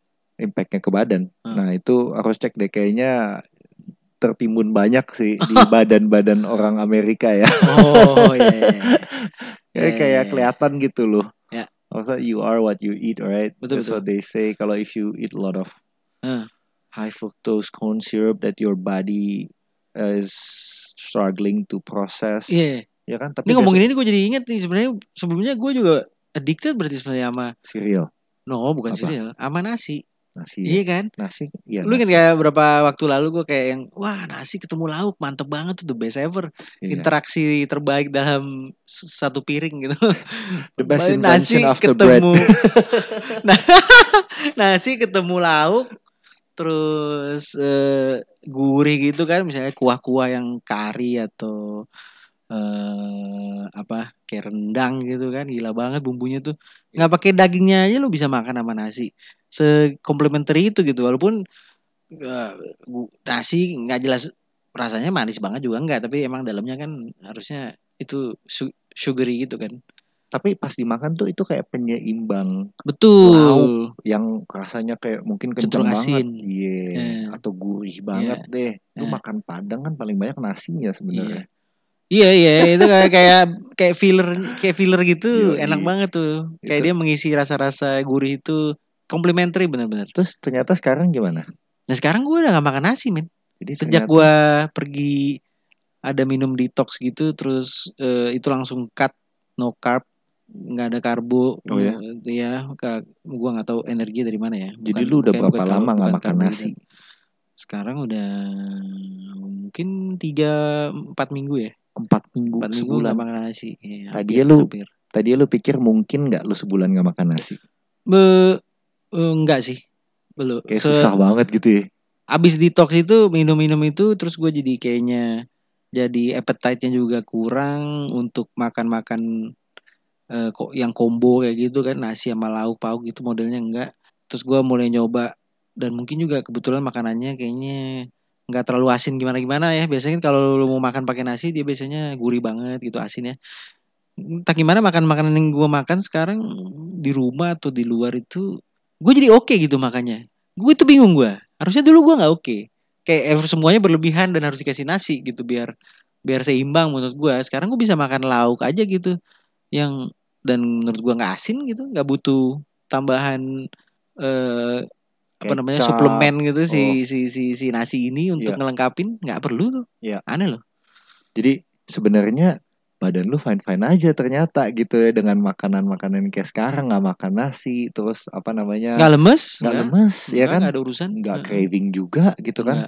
[SPEAKER 1] impactnya ke badan.
[SPEAKER 2] Hmm.
[SPEAKER 1] Nah itu harus cek deh kayaknya tertimbun banyak sih di badan-badan orang Amerika ya.
[SPEAKER 2] Oh, iya. iya, iya.
[SPEAKER 1] Kayak-
[SPEAKER 2] Iya,
[SPEAKER 1] kayak
[SPEAKER 2] iya,
[SPEAKER 1] kelihatan gitu loh.
[SPEAKER 2] Ya.
[SPEAKER 1] Also you are what you eat, right?
[SPEAKER 2] Betul,
[SPEAKER 1] That's
[SPEAKER 2] betul.
[SPEAKER 1] what they say. Kalau if you eat a lot of
[SPEAKER 2] Hmm.
[SPEAKER 1] high fructose corn syrup that your body is struggling to process.
[SPEAKER 2] Iya. iya.
[SPEAKER 1] Ya kan? Tapi
[SPEAKER 2] Ini ngomongin ini gue jadi inget nih sebenarnya sebelumnya gue juga addicted berarti sebenarnya sama
[SPEAKER 1] cereal,
[SPEAKER 2] no bukan
[SPEAKER 1] Apa?
[SPEAKER 2] cereal, sama nasi.
[SPEAKER 1] nasi, ya.
[SPEAKER 2] Iya kan?
[SPEAKER 1] nasi, ya.
[SPEAKER 2] Lu inget
[SPEAKER 1] nasi.
[SPEAKER 2] kayak berapa waktu lalu gue kayak yang wah nasi ketemu lauk mantep banget tuh the best ever.
[SPEAKER 1] Iya.
[SPEAKER 2] Interaksi terbaik dalam s- satu piring gitu.
[SPEAKER 1] The best
[SPEAKER 2] Baru
[SPEAKER 1] invention after bread.
[SPEAKER 2] ketemu nah, nasi ketemu lauk terus eh, gurih gitu kan misalnya kuah-kuah yang kari atau eh apa kayak rendang gitu kan gila banget bumbunya tuh nggak pakai dagingnya aja lu bisa makan sama nasi sekomplementari itu gitu walaupun eh, gu- nasi nggak jelas rasanya manis banget juga nggak tapi emang dalamnya kan harusnya itu su- sugary gitu kan
[SPEAKER 1] Tapi pas dimakan tuh itu kayak penyeimbang
[SPEAKER 2] betul
[SPEAKER 1] Lauk. yang rasanya kayak mungkin kencang
[SPEAKER 2] Cenderung
[SPEAKER 1] banget,
[SPEAKER 2] asin.
[SPEAKER 1] iya,
[SPEAKER 2] Eh.
[SPEAKER 1] atau gurih banget deh. Lu
[SPEAKER 2] Eh.
[SPEAKER 1] makan Padang kan paling banyak nasinya sebenarnya.
[SPEAKER 2] Iya iya itu kayak kayak kayak filler kayak filler gitu
[SPEAKER 1] Yoi.
[SPEAKER 2] enak banget tuh
[SPEAKER 1] Iya,
[SPEAKER 2] kayak
[SPEAKER 1] Itu.
[SPEAKER 2] dia mengisi rasa-rasa gurih itu complimentary bener-bener.
[SPEAKER 1] Terus ternyata sekarang gimana?
[SPEAKER 2] Nah sekarang gue udah gak makan nasi men
[SPEAKER 1] Jadi ternyata-
[SPEAKER 2] sejak gue pergi ada minum detox gitu terus eh, itu langsung cut no carb nggak ada karbo
[SPEAKER 1] Oh, ya?
[SPEAKER 2] ya gue nggak tahu energi dari mana ya
[SPEAKER 1] jadi
[SPEAKER 2] Bukan-
[SPEAKER 1] lu udah
[SPEAKER 2] bukan-
[SPEAKER 1] berapa
[SPEAKER 2] bukan
[SPEAKER 1] lama
[SPEAKER 2] kar-
[SPEAKER 1] nggak
[SPEAKER 2] bukan
[SPEAKER 1] makan
[SPEAKER 2] karbo
[SPEAKER 1] nasi?
[SPEAKER 2] gitu. sekarang udah mungkin tiga empat minggu ya
[SPEAKER 1] Empat minggu,
[SPEAKER 2] empat minggu
[SPEAKER 1] sebulan.
[SPEAKER 2] nggak makan nasi Iya,
[SPEAKER 1] Tadi
[SPEAKER 2] hampir-
[SPEAKER 1] lu-
[SPEAKER 2] hampir.
[SPEAKER 1] Tadi lu pikir mungkin nggak lu sebulan nggak makan nasi?
[SPEAKER 2] Be- eh, enggak sih belum
[SPEAKER 1] Kayak
[SPEAKER 2] Se-
[SPEAKER 1] susah banget gitu ya.
[SPEAKER 2] abis detox itu minum-minum itu terus gue jadi kayaknya jadi appetite-nya juga kurang untuk makan-makan eh, kok yang combo kayak gitu kan nasi sama lauk pauk gitu modelnya enggak terus gue mulai nyoba dan mungkin juga kebetulan makanannya kayaknya nggak terlalu asin gimana gimana ya biasanya kan kalau lu mau makan pakai nasi dia biasanya gurih banget gitu asin ya entah gimana makan makanan yang gue makan sekarang di rumah atau di luar itu gue jadi oke gitu makannya gue itu bingung gue harusnya dulu gue nggak oke kayak ever semuanya berlebihan dan harus dikasih nasi gitu biar biar seimbang menurut gue sekarang gue bisa makan lauk aja gitu yang dan menurut gue nggak asin gitu nggak butuh tambahan eh apa namanya
[SPEAKER 1] Kecap.
[SPEAKER 2] suplemen gitu
[SPEAKER 1] Oh.
[SPEAKER 2] si si si si nasi ini untuk
[SPEAKER 1] Iya.
[SPEAKER 2] ngelengkapin nggak perlu tuh
[SPEAKER 1] Iya.
[SPEAKER 2] aneh loh
[SPEAKER 1] Jadi sebenarnya badan lu fine fine aja ternyata gitu ya dengan makanan makanan kayak sekarang nggak makan nasi terus apa namanya
[SPEAKER 2] nggak lemes
[SPEAKER 1] nggak
[SPEAKER 2] nggak
[SPEAKER 1] lemes ya
[SPEAKER 2] nggak
[SPEAKER 1] kan
[SPEAKER 2] nggak ada urusan
[SPEAKER 1] nggak
[SPEAKER 2] Heeh.
[SPEAKER 1] craving juga gitu kan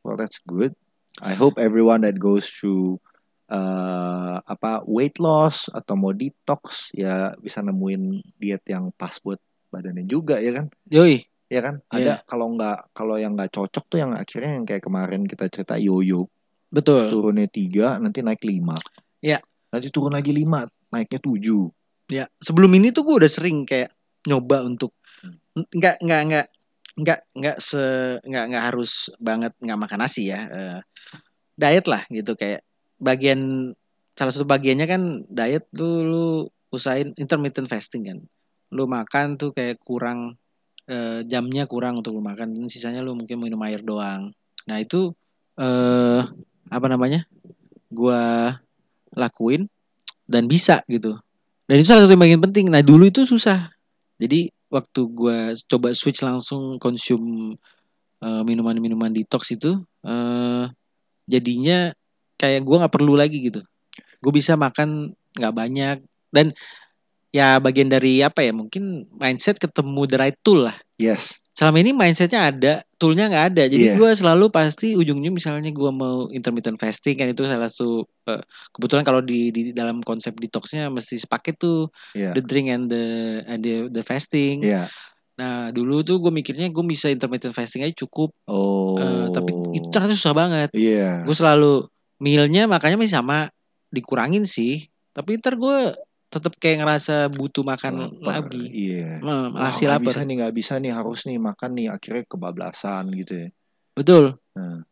[SPEAKER 1] well that's good I hope everyone that goes through eh, apa weight loss atau mau detox ya bisa nemuin diet yang pas buat badannya juga ya kan
[SPEAKER 2] Nggak. yoi
[SPEAKER 1] ya kan
[SPEAKER 2] Iya.
[SPEAKER 1] ada kalau nggak kalau yang nggak cocok tuh yang akhirnya yang kayak kemarin kita cerita yoyo
[SPEAKER 2] betul
[SPEAKER 1] turunnya tiga nanti naik lima
[SPEAKER 2] Iya.
[SPEAKER 1] nanti turun lagi lima naiknya tujuh
[SPEAKER 2] Ya, sebelum ini tuh gue udah sering kayak nyoba untuk nggak nggak nggak nggak nggak se nggak nggak harus banget nggak makan nasi ya eh, diet lah gitu kayak bagian salah satu bagiannya kan diet tuh lu usahain intermittent fasting kan lu makan tuh kayak kurang eh, jamnya kurang untuk lu makan Dan sisanya lu mungkin minum air doang nah itu eh apa namanya gua lakuin dan bisa gitu dan itu salah satu yang bagian penting nah dulu itu susah jadi waktu gua coba switch langsung konsum eh, minuman-minuman detox itu eh jadinya kayak gua nggak perlu lagi gitu gue bisa makan nggak banyak dan ya bagian dari apa ya mungkin mindset ketemu the right tool lah
[SPEAKER 1] Yes.
[SPEAKER 2] selama ini mindsetnya ada toolnya nggak ada jadi
[SPEAKER 1] Iya.
[SPEAKER 2] gua selalu pasti ujungnya misalnya gua mau intermittent fasting kan itu salah satu eh, kebetulan kalau di, di dalam konsep detoxnya mesti sepaket tuh
[SPEAKER 1] Iya.
[SPEAKER 2] the drink and the and the, the fasting
[SPEAKER 1] Iya.
[SPEAKER 2] nah dulu tuh gue mikirnya gue bisa intermittent fasting aja cukup
[SPEAKER 1] Oh.
[SPEAKER 2] eh, tapi itu ternyata susah banget
[SPEAKER 1] Iya.
[SPEAKER 2] gue selalu mealnya makanya masih sama dikurangin sih tapi ntar gue tetap kayak ngerasa butuh makan
[SPEAKER 1] Lapar,
[SPEAKER 2] lagi
[SPEAKER 1] Iya. Wah,
[SPEAKER 2] Ma- Kan masih
[SPEAKER 1] nggak
[SPEAKER 2] lapar
[SPEAKER 1] bisa nih, nggak bisa nih, harus nih makan nih, akhirnya kebablasan gitu ya.
[SPEAKER 2] betul
[SPEAKER 1] Hmm.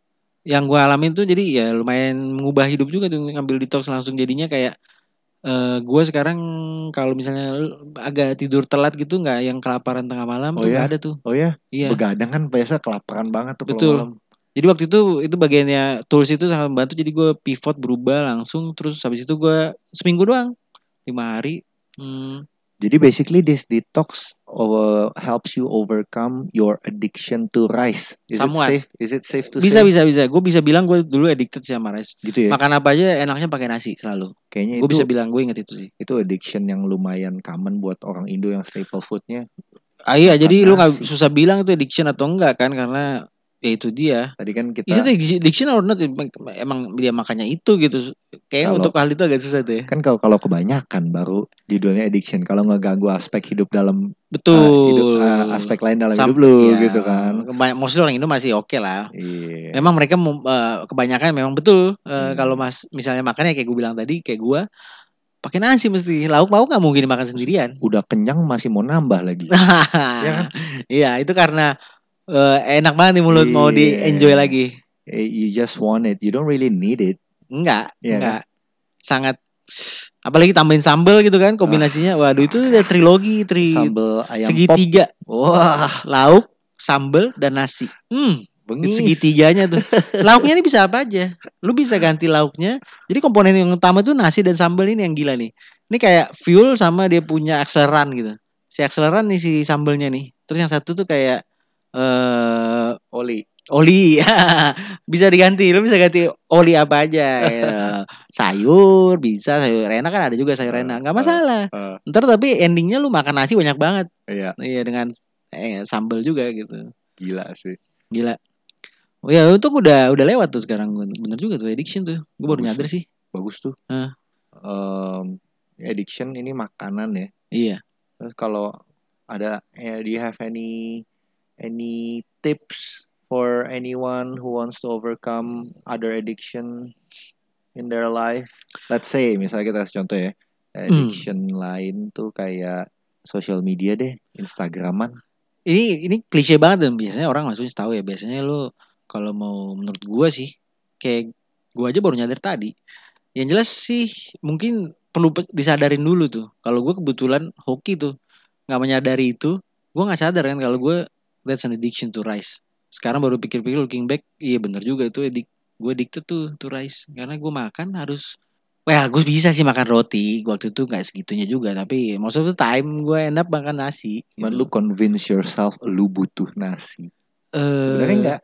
[SPEAKER 2] yang gue alamin tuh jadi ya lumayan mengubah hidup juga tuh ngambil detox langsung jadinya kayak eh gue sekarang kalau misalnya lu agak tidur telat gitu nggak yang kelaparan tengah malam
[SPEAKER 1] Oh
[SPEAKER 2] tuh
[SPEAKER 1] ya?
[SPEAKER 2] nggak ada tuh
[SPEAKER 1] Oh ya,
[SPEAKER 2] iya
[SPEAKER 1] begadang kan biasa kelaparan banget tuh kalau
[SPEAKER 2] Betul.
[SPEAKER 1] malam.
[SPEAKER 2] jadi waktu itu itu bagiannya tools itu sangat membantu jadi gue pivot berubah langsung terus habis itu gue seminggu doang lima hari hmm,
[SPEAKER 1] Jadi basically this detox over, helps you overcome your addiction to rice. Is it
[SPEAKER 2] Somewhat.
[SPEAKER 1] safe? Is it safe to say?
[SPEAKER 2] bisa bisa bisa gue bisa bilang gue dulu addicted sama rice
[SPEAKER 1] Gitu ya.
[SPEAKER 2] makan apa aja enaknya pakai nasi selalu
[SPEAKER 1] Kayaknya
[SPEAKER 2] gue
[SPEAKER 1] itu
[SPEAKER 2] Nah, bisa bilang gue inget itu sih
[SPEAKER 1] itu addiction yang lumayan common buat orang Indo yang staple foodnya.
[SPEAKER 2] ah iya
[SPEAKER 1] Makan
[SPEAKER 2] jadi lu
[SPEAKER 1] nasi.
[SPEAKER 2] nggak susah bilang itu addiction atau enggak kan karena ya itu dia
[SPEAKER 1] Tadi kan kita
[SPEAKER 2] is it addiction or not Emang- emang dia makannya itu gitu kayaknya
[SPEAKER 1] Kalau-
[SPEAKER 2] untuk hal itu agak susah tuh ya
[SPEAKER 1] kan kalau kalau kebanyakan baru judulnya addiction. Kalau ngeganggu aspek hidup dalam
[SPEAKER 2] betul
[SPEAKER 1] ah, hidup ah, aspek lain dalam hidup
[SPEAKER 2] Sam-
[SPEAKER 1] lu
[SPEAKER 2] iya,
[SPEAKER 1] gitu kan.
[SPEAKER 2] kebany- mostly orang Indo masih oke lah
[SPEAKER 1] Iya.
[SPEAKER 2] memang mereka mem- eh, kebanyakan memang betul eh,
[SPEAKER 1] Hmm.
[SPEAKER 2] kalau mas misalnya makannya kayak gue bilang tadi kayak gue pakai nasi mesti lauk pauk nggak mungkin makan sendirian
[SPEAKER 1] udah kenyang masih mau nambah lagi.
[SPEAKER 2] ya
[SPEAKER 1] kan?
[SPEAKER 2] Iya, itu karena eh, enak banget di mulut mau di
[SPEAKER 1] Iya.
[SPEAKER 2] enjoy lagi.
[SPEAKER 1] Eh, You just want it. You don't really need it.
[SPEAKER 2] Enggak,
[SPEAKER 1] Iya kan?
[SPEAKER 2] enggak. Sangat apalagi tambahin sambel gitu kan kombinasinya.
[SPEAKER 1] Ah.
[SPEAKER 2] Waduh, itu udah trilogi, tri
[SPEAKER 1] Sambal ayam pop.
[SPEAKER 2] segitiga.
[SPEAKER 1] Wah,
[SPEAKER 2] Lauk, sambel dan nasi. Hmm, itu
[SPEAKER 1] bengis.
[SPEAKER 2] segitiganya tuh. Lauknya ini bisa apa aja? Lu bisa ganti lauknya. Jadi komponen yang utama tuh nasi dan sambel ini yang gila nih. Ini kayak fuel sama dia punya akseleran gitu. Si akseleran nih si sambelnya nih. Terus yang satu tuh kayak eh
[SPEAKER 1] Oli.
[SPEAKER 2] oli bisa diganti lu bisa ganti oli apa aja ya. sayur bisa sayur enak kan ada juga sayur
[SPEAKER 1] Eh,
[SPEAKER 2] enak nggak
[SPEAKER 1] eh,
[SPEAKER 2] masalah
[SPEAKER 1] eh.
[SPEAKER 2] ntar tapi endingnya lu makan nasi banyak banget
[SPEAKER 1] Iya,
[SPEAKER 2] iya dengan eh, sambal juga gitu
[SPEAKER 1] gila sih.
[SPEAKER 2] gila oh ya itu udah udah lewat tuh sekarang bener juga tuh addiction tuh gue baru
[SPEAKER 1] Bagus
[SPEAKER 2] nyadar sih
[SPEAKER 1] Bagus tuh.
[SPEAKER 2] Hah.
[SPEAKER 1] Em, addiction ini makanan ya.
[SPEAKER 2] iya
[SPEAKER 1] Terus kalau ada eh, do you have any any tips for anyone who wants to overcome other addiction in their life? Let's say misalnya kita kasih contoh ya, addiction
[SPEAKER 2] Hmm.
[SPEAKER 1] lain tuh kayak social media deh, Instagraman.
[SPEAKER 2] ini ini klise banget dan biasanya orang langsung tahu ya biasanya lu kalau mau menurut gua sih kayak gua aja baru nyadar tadi yang jelas sih mungkin perlu pe- disadarin dulu tuh kalau gue kebetulan hoki tuh nggak menyadari itu gue nggak sadar kan kalau gue that's an addiction to rice sekarang baru pikir-pikir looking back iya bener juga itu edik gue addicted tuh to rice karena gue makan harus well gue bisa sih makan roti waktu itu nggak segitunya juga tapi most of the time gue end up makan nasi gitu.
[SPEAKER 1] Cuman lu convince yourself lu butuh nasi. Sebenarnya
[SPEAKER 2] Eh,
[SPEAKER 1] enggak.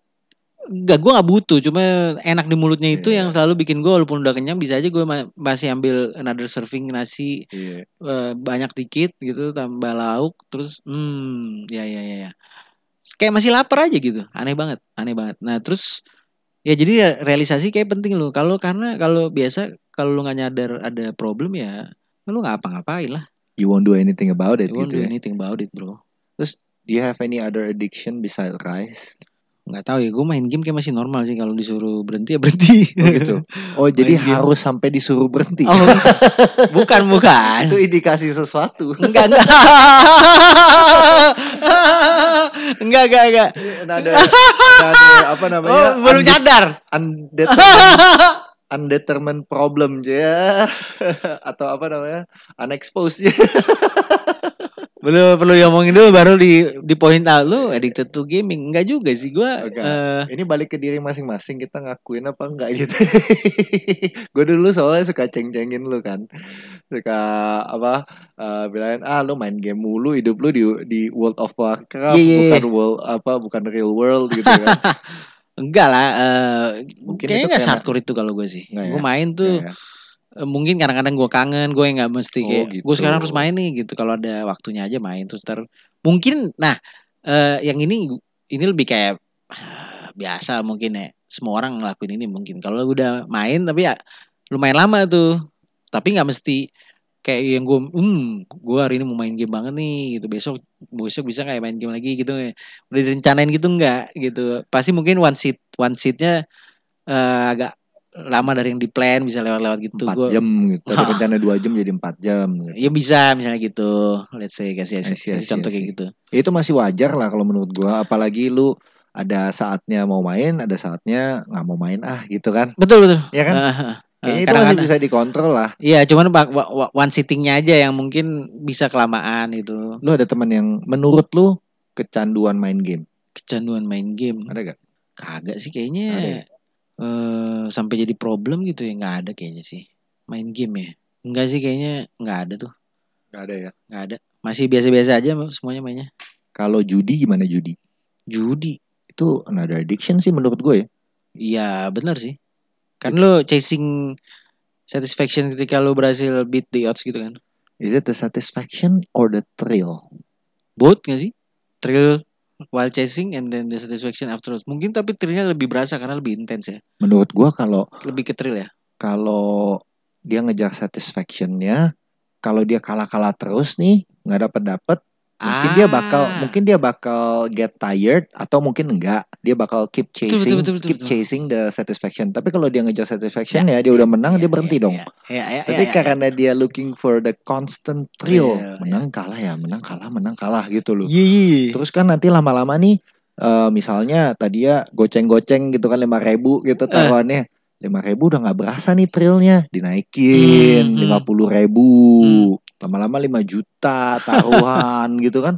[SPEAKER 2] Enggak, gue gak butuh. Cuma enak di mulutnya itu
[SPEAKER 1] Iya.
[SPEAKER 2] yang selalu bikin gue walaupun udah kenyang bisa aja gue ma- masih ambil another serving nasi
[SPEAKER 1] Iya.
[SPEAKER 2] eh, banyak dikit gitu tambah lauk terus hmm ya ya ya ya. Kayak masih lapar aja gitu. Aneh banget, aneh banget. Nah, terus ya jadi ya realisasi kayak penting loh. Kalau karena kalau biasa kalau lu nggak nyadar ada problem ya lu ngapa-ngapain lah.
[SPEAKER 1] You won't do anything about it
[SPEAKER 2] You won't
[SPEAKER 1] gitu
[SPEAKER 2] do
[SPEAKER 1] ya.
[SPEAKER 2] anything about it, bro.
[SPEAKER 1] Do you have any other addiction besides rice?
[SPEAKER 2] nggak tahu ya gue main game kayak masih normal sih kalau disuruh berhenti ya berhenti
[SPEAKER 1] Oh gitu. Oh jadi
[SPEAKER 2] Main game.
[SPEAKER 1] harus sampai disuruh berhenti.
[SPEAKER 2] Oh, bukan bukan
[SPEAKER 1] Itu indikasi sesuatu.
[SPEAKER 2] enggak enggak enggak enggak enggak
[SPEAKER 1] Nada, nada kan apa namanya?
[SPEAKER 2] oh belum
[SPEAKER 1] unde-
[SPEAKER 2] nyadar
[SPEAKER 1] undetermined, undetermined problem ya. Atau apa namanya? Unexposed ya.
[SPEAKER 2] belum perlu diomongin dulu baru di di poin out lu addicted to gaming enggak juga sih eh, gue
[SPEAKER 1] Enggak. Ini balik ke diri masing-masing kita ngakuin apa enggak gitu. gue dulu soalnya suka ceng-cengin lu kan. Suka apa eh bilangin ah lu main game mulu hidup lu di di World of Warcraft
[SPEAKER 2] Iya, iya,
[SPEAKER 1] bukan world apa bukan real world gitu kan.
[SPEAKER 2] enggak lah eh,
[SPEAKER 1] Mungkin itu
[SPEAKER 2] kayaknya nggak
[SPEAKER 1] karena-
[SPEAKER 2] hardcore itu kalau gue sih
[SPEAKER 1] Nggak ya?
[SPEAKER 2] gue main tuh
[SPEAKER 1] Iya.
[SPEAKER 2] eh, mungkin kadang-kadang gue kangen gue nggak mesti
[SPEAKER 1] Oh,
[SPEAKER 2] kayak
[SPEAKER 1] gitu.
[SPEAKER 2] gue sekarang harus main nih gitu kalau ada waktunya aja main terus ter mungkin nah eh, yang ini ini lebih kayak ah, biasa mungkin ya semua orang ngelakuin ini mungkin kalau udah main tapi ya lumayan lama tuh tapi nggak mesti kayak yang gue hmm gue hari ini mau main game banget nih gitu besok besok bisa kayak main game lagi gitu udah direncanain gitu nggak gitu pasti mungkin one seat one seatnya eh, agak lama dari yang di plan bisa lewat-lewat gitu
[SPEAKER 1] empat
[SPEAKER 2] Gua-
[SPEAKER 1] jam gitu. Dari rencana dua jam jadi empat jam. Gitu.
[SPEAKER 2] Ya bisa misalnya gitu. Let's say
[SPEAKER 1] I see,
[SPEAKER 2] kasih,
[SPEAKER 1] I
[SPEAKER 2] kasih,
[SPEAKER 1] see,
[SPEAKER 2] contoh
[SPEAKER 1] I
[SPEAKER 2] kayak
[SPEAKER 1] see.
[SPEAKER 2] gitu.
[SPEAKER 1] Ya, Itu masih wajar lah kalau menurut gua. Apalagi lu ada saatnya mau main, ada saatnya nggak mau main ah gitu kan.
[SPEAKER 2] Betul betul.
[SPEAKER 1] Ya kan?
[SPEAKER 2] Ah, ah, ah.
[SPEAKER 1] Kayaknya itu masih
[SPEAKER 2] Kadang-kadang
[SPEAKER 1] bisa dikontrol lah.
[SPEAKER 2] Iya, cuman bak- wa- wa- one sittingnya aja yang mungkin bisa kelamaan itu
[SPEAKER 1] Lu ada teman yang menurut lu kecanduan main game.
[SPEAKER 2] kecanduan main game.
[SPEAKER 1] Ada gak?
[SPEAKER 2] Kagak sih
[SPEAKER 1] Ada ya?
[SPEAKER 2] kayaknya. Eh sampai jadi problem gitu ya nggak ada kayaknya sih. Main game ya. Enggak sih kayaknya nggak ada tuh.
[SPEAKER 1] Gak ada ya.
[SPEAKER 2] Nggak ada. Masih biasa-biasa aja semuanya mainnya.
[SPEAKER 1] Kalau judi gimana judi?
[SPEAKER 2] Judi.
[SPEAKER 1] Itu another addiction sih menurut gue ya.
[SPEAKER 2] Iya, benar sih.
[SPEAKER 1] Iya.
[SPEAKER 2] Kan lo chasing satisfaction ketika lo berhasil beat the odds gitu kan.
[SPEAKER 1] Is it the satisfaction or the thrill?
[SPEAKER 2] both gak sih? Thrill while chasing and then the satisfaction afterwards. Mungkin tapi thrillnya lebih berasa karena lebih intens ya.
[SPEAKER 1] Menurut gua kalau
[SPEAKER 2] Lebih ke thrill ya.
[SPEAKER 1] kalau dia ngejar satisfactionnya kalau dia kalah-kalah terus nih nggak dapat dapat mungkin dia bakal
[SPEAKER 2] Ah.
[SPEAKER 1] mungkin dia bakal get tired atau mungkin enggak dia bakal keep chasing
[SPEAKER 2] Betul, betul, betul, betul,
[SPEAKER 1] keep
[SPEAKER 2] betul.
[SPEAKER 1] chasing the satisfaction tapi kalau dia ngejar satisfaction ya, dia udah menang dia berhenti dong
[SPEAKER 2] Ya, ya, Iya,
[SPEAKER 1] tapi karena dia looking for the constant thrill
[SPEAKER 2] Thrill,
[SPEAKER 1] menang kalah ya menang kalah menang kalah gitu loh
[SPEAKER 2] Iya, iya.
[SPEAKER 1] terus kan nanti lama-lama nih eh, misalnya tadi ya goceng-goceng gitu kan lima ribu
[SPEAKER 2] Eh.
[SPEAKER 1] gitu taruhannya lima ribu udah nggak berasa nih trilnya dinaikin
[SPEAKER 2] Hmm,
[SPEAKER 1] lima puluh ribu lama-lama 5 juta taruhan gitu kan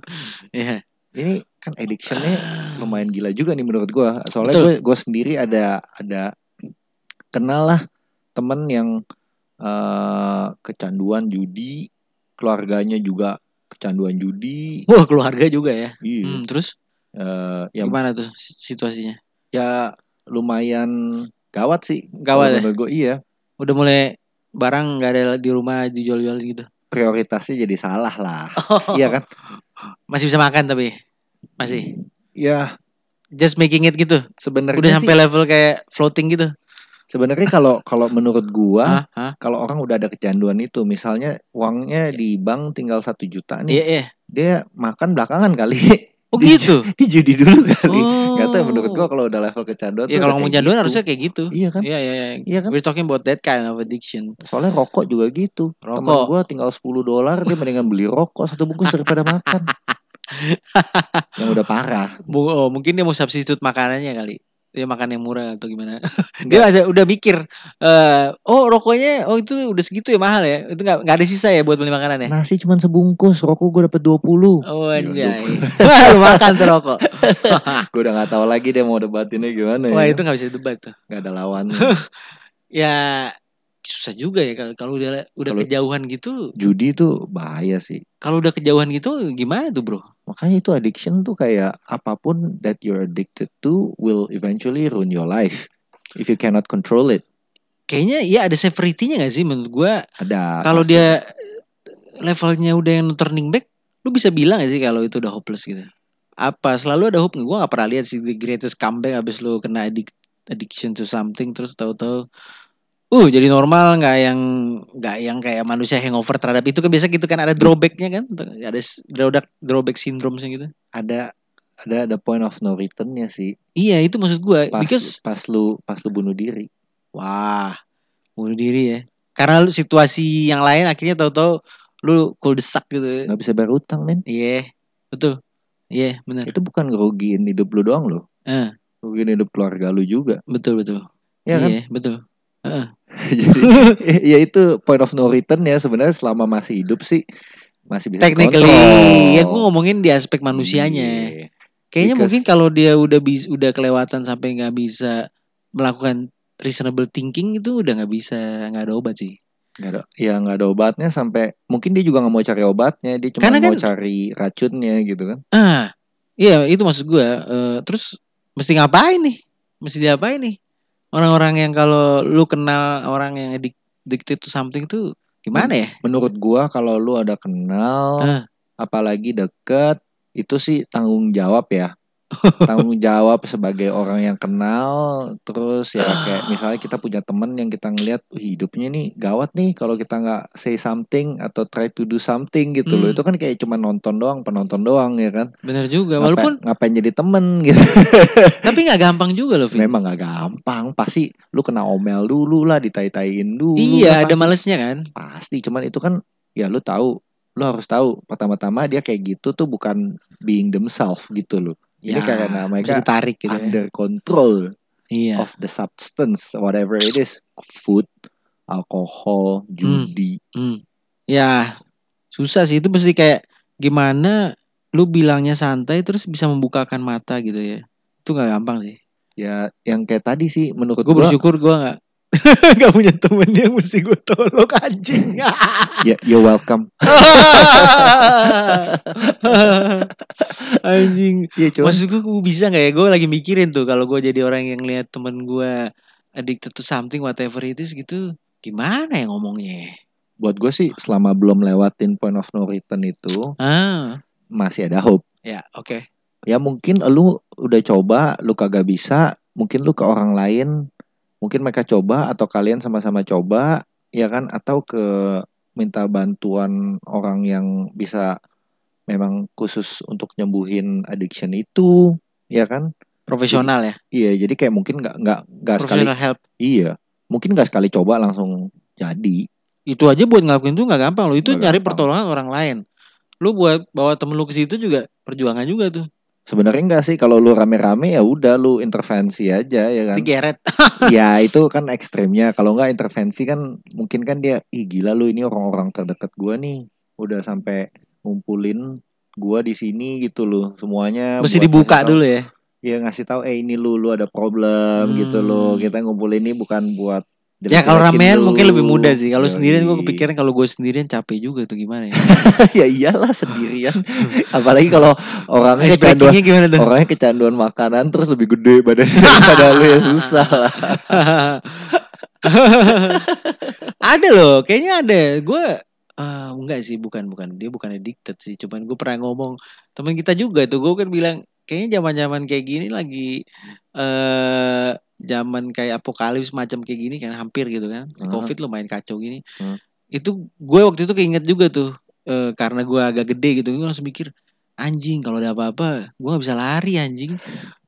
[SPEAKER 2] Iya.
[SPEAKER 1] ini kan addictionnya lumayan gila juga nih menurut gua soalnya
[SPEAKER 2] Betul.
[SPEAKER 1] gue gue sendiri ada ada kenal lah temen yang eh, kecanduan judi keluarganya juga kecanduan judi
[SPEAKER 2] Wah, keluarga juga ya.
[SPEAKER 1] iya
[SPEAKER 2] Hmm, terus
[SPEAKER 1] Eh, yang
[SPEAKER 2] gimana tuh si- situasinya?
[SPEAKER 1] ya lumayan gawat sih. Kalau
[SPEAKER 2] Gawat ya?
[SPEAKER 1] menurut gue iya.
[SPEAKER 2] Udah mulai barang nggak ada di rumah dijual-jual gitu.
[SPEAKER 1] Prioritasnya jadi salah lah.
[SPEAKER 2] Oh.
[SPEAKER 1] Iya kan?
[SPEAKER 2] Masih bisa makan tapi masih
[SPEAKER 1] Ya
[SPEAKER 2] just making it gitu. Udah
[SPEAKER 1] sebenarnya sih.
[SPEAKER 2] sampai level kayak floating gitu.
[SPEAKER 1] Sebenarnya kalau kalau menurut gua,
[SPEAKER 2] Hah? Hah?
[SPEAKER 1] kalau orang udah ada kecanduan itu, misalnya uangnya di bank tinggal satu juta nih,
[SPEAKER 2] Iya, iya.
[SPEAKER 1] dia makan belakangan kali.
[SPEAKER 2] Oh
[SPEAKER 1] Di-
[SPEAKER 2] gitu.
[SPEAKER 1] Di judi dulu kali.
[SPEAKER 2] Oh.
[SPEAKER 1] Nggak tahu ya, menurut gua kalau udah level kecanduan
[SPEAKER 2] Ya
[SPEAKER 1] tuh
[SPEAKER 2] kalau
[SPEAKER 1] udah
[SPEAKER 2] mau
[SPEAKER 1] kayak
[SPEAKER 2] canduan
[SPEAKER 1] gitu.
[SPEAKER 2] harusnya kayak gitu.
[SPEAKER 1] Iya kan?
[SPEAKER 2] Iya iya iya.
[SPEAKER 1] Iya kan?
[SPEAKER 2] We're talking about that kind of addiction.
[SPEAKER 1] Soalnya rokok juga gitu. Temen
[SPEAKER 2] Rokok.
[SPEAKER 1] gua tinggal 10 dolar dia mendingan beli rokok satu bungkus daripada makan. Yang udah parah.
[SPEAKER 2] Mu- oh, mungkin dia mau substitute makanannya kali. Dia makan yang murah atau gimana? dia masih udah mikir eh oh rokoknya oh itu udah segitu ya mahal ya. Itu nggak nggak ada sisa ya buat beli makanan ya.
[SPEAKER 1] Nasi cuman sebungkus, rokok gue dapet 20 Gila,
[SPEAKER 2] Oh anjay. Baru makan tuh rokok.
[SPEAKER 1] Gue udah gak tahu lagi dia mau debatinnya gimana
[SPEAKER 2] Nah. Wah,
[SPEAKER 1] ya
[SPEAKER 2] itu nggak bisa debat tuh.
[SPEAKER 1] Gak ada lawan
[SPEAKER 2] Ya susah juga ya kalau- kalau udah udah
[SPEAKER 1] Kalau-
[SPEAKER 2] kejauhan gitu.
[SPEAKER 1] Judi tuh bahaya sih
[SPEAKER 2] Kalau udah kejauhan gitu gimana tuh, Bro?
[SPEAKER 1] Makanya itu addiction tuh kayak Apapun that you're addicted to Will eventually ruin your life If you cannot control it
[SPEAKER 2] Kayaknya ya ada severity-nya gak sih menurut gua
[SPEAKER 1] Ada
[SPEAKER 2] kalau
[SPEAKER 1] pasti.
[SPEAKER 2] dia levelnya udah yang turning back, lu bisa bilang gak sih kalau itu udah hopeless gitu? Apa selalu ada hope? Gue gak pernah lihat sih the greatest comeback abis lu kena addic- addiction to something terus tahu-tahu uh jadi normal nggak yang nggak yang kayak manusia hangover terhadap itu kan biasa gitu kan ada drawbacknya kan ada s- drawback drawback syndrome gitu
[SPEAKER 1] Ada ada ada point of no returnnya sih
[SPEAKER 2] Iya itu maksud gue
[SPEAKER 1] pas
[SPEAKER 2] Because
[SPEAKER 1] pas lu pas lu bunuh diri
[SPEAKER 2] Wah Bunuh diri ya Karena lu situasi yang lain Akhirnya tahu-tahu Lu kuldesak gitu ya
[SPEAKER 1] nggak bisa bayar utang men
[SPEAKER 2] Iya Betul Iya
[SPEAKER 1] Nah,
[SPEAKER 2] benar
[SPEAKER 1] itu bukan ngerugiin hidup lu doang loh
[SPEAKER 2] Eh.
[SPEAKER 1] ngerugiin hidup keluarga lu juga
[SPEAKER 2] Betul betul
[SPEAKER 1] ya kan
[SPEAKER 2] Iya betul
[SPEAKER 1] Jadi, ya itu point of no return ya sebenarnya selama masih hidup sih masih bisa dikontrol.
[SPEAKER 2] Technically Ya gue ngomongin di aspek manusianya
[SPEAKER 1] Iya.
[SPEAKER 2] Kayaknya
[SPEAKER 1] Because-
[SPEAKER 2] mungkin kalau dia udah bis, udah kelewatan sampai nggak bisa melakukan reasonable thinking itu udah nggak bisa nggak ada obat sih.
[SPEAKER 1] Nggak ada, ya nggak ada obatnya sampai mungkin dia juga nggak mau cari obatnya dia cuma
[SPEAKER 2] Karena
[SPEAKER 1] mau
[SPEAKER 2] kan-
[SPEAKER 1] cari racunnya gitu kan
[SPEAKER 2] Ah, iya itu maksud gua. Eh, terus mesti ngapain nih? Mesti diapain nih? Orang-orang yang kalau lu kenal orang yang addic- addicted to something tuh gimana ya?
[SPEAKER 1] menurut gua kalau lu ada kenal
[SPEAKER 2] Ah.
[SPEAKER 1] apalagi deket itu sih tanggung jawab ya tanggung jawab sebagai orang yang kenal terus ya
[SPEAKER 2] Ah.
[SPEAKER 1] kayak misalnya kita punya temen yang kita ngelihat "Wih, hidupnya nih gawat nih kalau kita nggak say something atau try to do something gitu loh
[SPEAKER 2] Hmm.
[SPEAKER 1] itu kan kayak cuma nonton doang penonton doang ya kan
[SPEAKER 2] Bener juga.
[SPEAKER 1] Ngapain-
[SPEAKER 2] Walaupun
[SPEAKER 1] ngapain jadi temen gitu
[SPEAKER 2] tapi nggak gampang juga loh, Vin.
[SPEAKER 1] memang nggak gampang pasti lu kena omel dulu lah ditai-taiin dulu lah
[SPEAKER 2] Iya, ada
[SPEAKER 1] pasti.
[SPEAKER 2] malesnya kan.
[SPEAKER 1] pasti cuman itu kan ya lu tahu lu harus tahu pertama-tama dia kayak gitu tuh bukan being themselves gitu loh Ini
[SPEAKER 2] Ya,
[SPEAKER 1] karena mereka
[SPEAKER 2] mesti ditarik gitu. ya.
[SPEAKER 1] under control
[SPEAKER 2] Iya.
[SPEAKER 1] of the substance whatever it is food alkohol judi
[SPEAKER 2] Hmm. Ya, susah sih itu mesti kayak gimana lu bilangnya santai terus bisa membukakan mata gitu ya. Itu nggak gampang sih.
[SPEAKER 1] ya yang kayak tadi sih menurut
[SPEAKER 2] Gue
[SPEAKER 1] gua
[SPEAKER 2] bersyukur gua nggak nggak punya temen yang mesti gue tolong anjing.
[SPEAKER 1] ya you're welcome
[SPEAKER 2] anjing.
[SPEAKER 1] iya cuman
[SPEAKER 2] Maksud gue bisa nggak ya? Gue lagi mikirin tuh kalau gue jadi orang yang lihat temen gue addicted to something whatever it is gitu. Gimana ya ngomongnya?
[SPEAKER 1] buat gue sih selama belum lewatin point of no return itu
[SPEAKER 2] Ah,
[SPEAKER 1] masih ada hope
[SPEAKER 2] ya oke.
[SPEAKER 1] ya mungkin lu udah coba lu kagak bisa mungkin lu ke orang lain mungkin mereka coba atau kalian sama-sama coba ya kan atau ke minta bantuan orang yang bisa memang khusus untuk nyembuhin addiction itu ya kan
[SPEAKER 2] Profesional ya,
[SPEAKER 1] iya jadi kayak mungkin nggak nggak nggak sekali
[SPEAKER 2] profesional help.
[SPEAKER 1] iya mungkin nggak sekali coba langsung jadi
[SPEAKER 2] itu aja buat ngelakuin itu nggak gampang loh itu
[SPEAKER 1] Nggak
[SPEAKER 2] nyari
[SPEAKER 1] gampang.
[SPEAKER 2] pertolongan orang lain lu buat bawa temen lu ke situ juga perjuangan juga tuh
[SPEAKER 1] sebenarnya enggak sih kalau lu rame-rame ya udah lu intervensi aja ya kan
[SPEAKER 2] digeret
[SPEAKER 1] ya itu kan ekstrimnya kalau nggak intervensi kan mungkin kan dia ih gila lu ini orang-orang terdekat gua nih udah sampai ngumpulin gua di sini gitu loh semuanya
[SPEAKER 2] mesti
[SPEAKER 1] buat ngasih
[SPEAKER 2] dibuka
[SPEAKER 1] tahu-
[SPEAKER 2] dulu ya
[SPEAKER 1] ya ngasih tahu eh ini lu lu ada problem
[SPEAKER 2] Hmm.
[SPEAKER 1] gitu loh kita ngumpulin ini bukan buat
[SPEAKER 2] ya
[SPEAKER 1] jelek-jelekin
[SPEAKER 2] kalau ramean
[SPEAKER 1] lu.
[SPEAKER 2] mungkin lebih mudah sih kalau
[SPEAKER 1] Yoi.
[SPEAKER 2] sendirian gue kepikiran kalau gue sendirian capek juga tuh gimana ya
[SPEAKER 1] ya iyalah sendirian apalagi kalau orangnya
[SPEAKER 2] ice
[SPEAKER 1] kecanduan
[SPEAKER 2] breakingnya gimana tuh
[SPEAKER 1] orangnya kecanduan makanan terus lebih gede badannya daripada lu ya susah lah
[SPEAKER 2] ada loh kayaknya ada gue ah, enggak sih bukan bukan dia bukan addicted sih cuman gue pernah ngomong teman kita juga tuh gue kan bilang kayaknya zaman zaman kayak gini lagi eh zaman kayak apokalips macam kayak gini kan hampir gitu kan si
[SPEAKER 1] Hmm.
[SPEAKER 2] covid lumayan kacau gini
[SPEAKER 1] Hmm.
[SPEAKER 2] itu gue waktu itu keinget juga tuh eh, karena gue agak gede gitu gue langsung mikir anjing kalau ada apa-apa gue nggak bisa lari anjing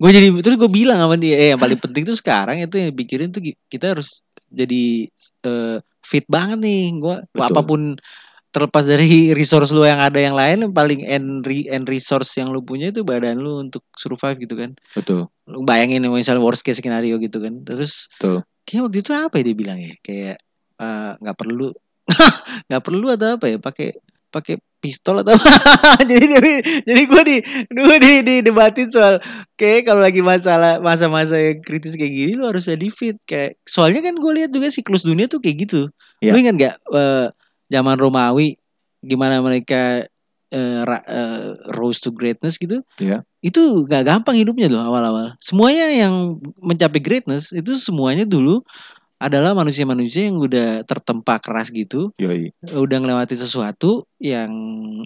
[SPEAKER 2] gue jadi terus gue bilang sama dia eh yang paling penting tuh sekarang itu yang pikirin tuh ki- kita harus jadi eh, fit banget nih gue
[SPEAKER 1] Betul.
[SPEAKER 2] apapun terlepas dari resource lu yang ada yang lain yang paling end, re- end resource yang lu punya itu badan lu untuk survive gitu kan
[SPEAKER 1] betul
[SPEAKER 2] lu bayangin misalnya worst case scenario gitu kan terus
[SPEAKER 1] Betul.
[SPEAKER 2] kayak waktu itu apa ya dia bilang ya kayak eh, nggak perlu nggak perlu atau apa ya pakai pakai pistol atau jadi jadi jadi gue di gue di, di debatin soal kayak kalau lagi masalah masa-masa yang kritis kayak gini lu harus jadi fit kayak soalnya kan gue lihat juga siklus dunia tuh kayak gitu
[SPEAKER 1] Iya.
[SPEAKER 2] lu ingat nggak eh, zaman Romawi gimana mereka eh, ra- eh, rose to greatness gitu
[SPEAKER 1] Iya.
[SPEAKER 2] itu nggak gampang hidupnya loh awal-awal semuanya yang mencapai greatness itu semuanya dulu adalah manusia-manusia yang udah tertempa keras gitu
[SPEAKER 1] yoi
[SPEAKER 2] udah ngelewati sesuatu yang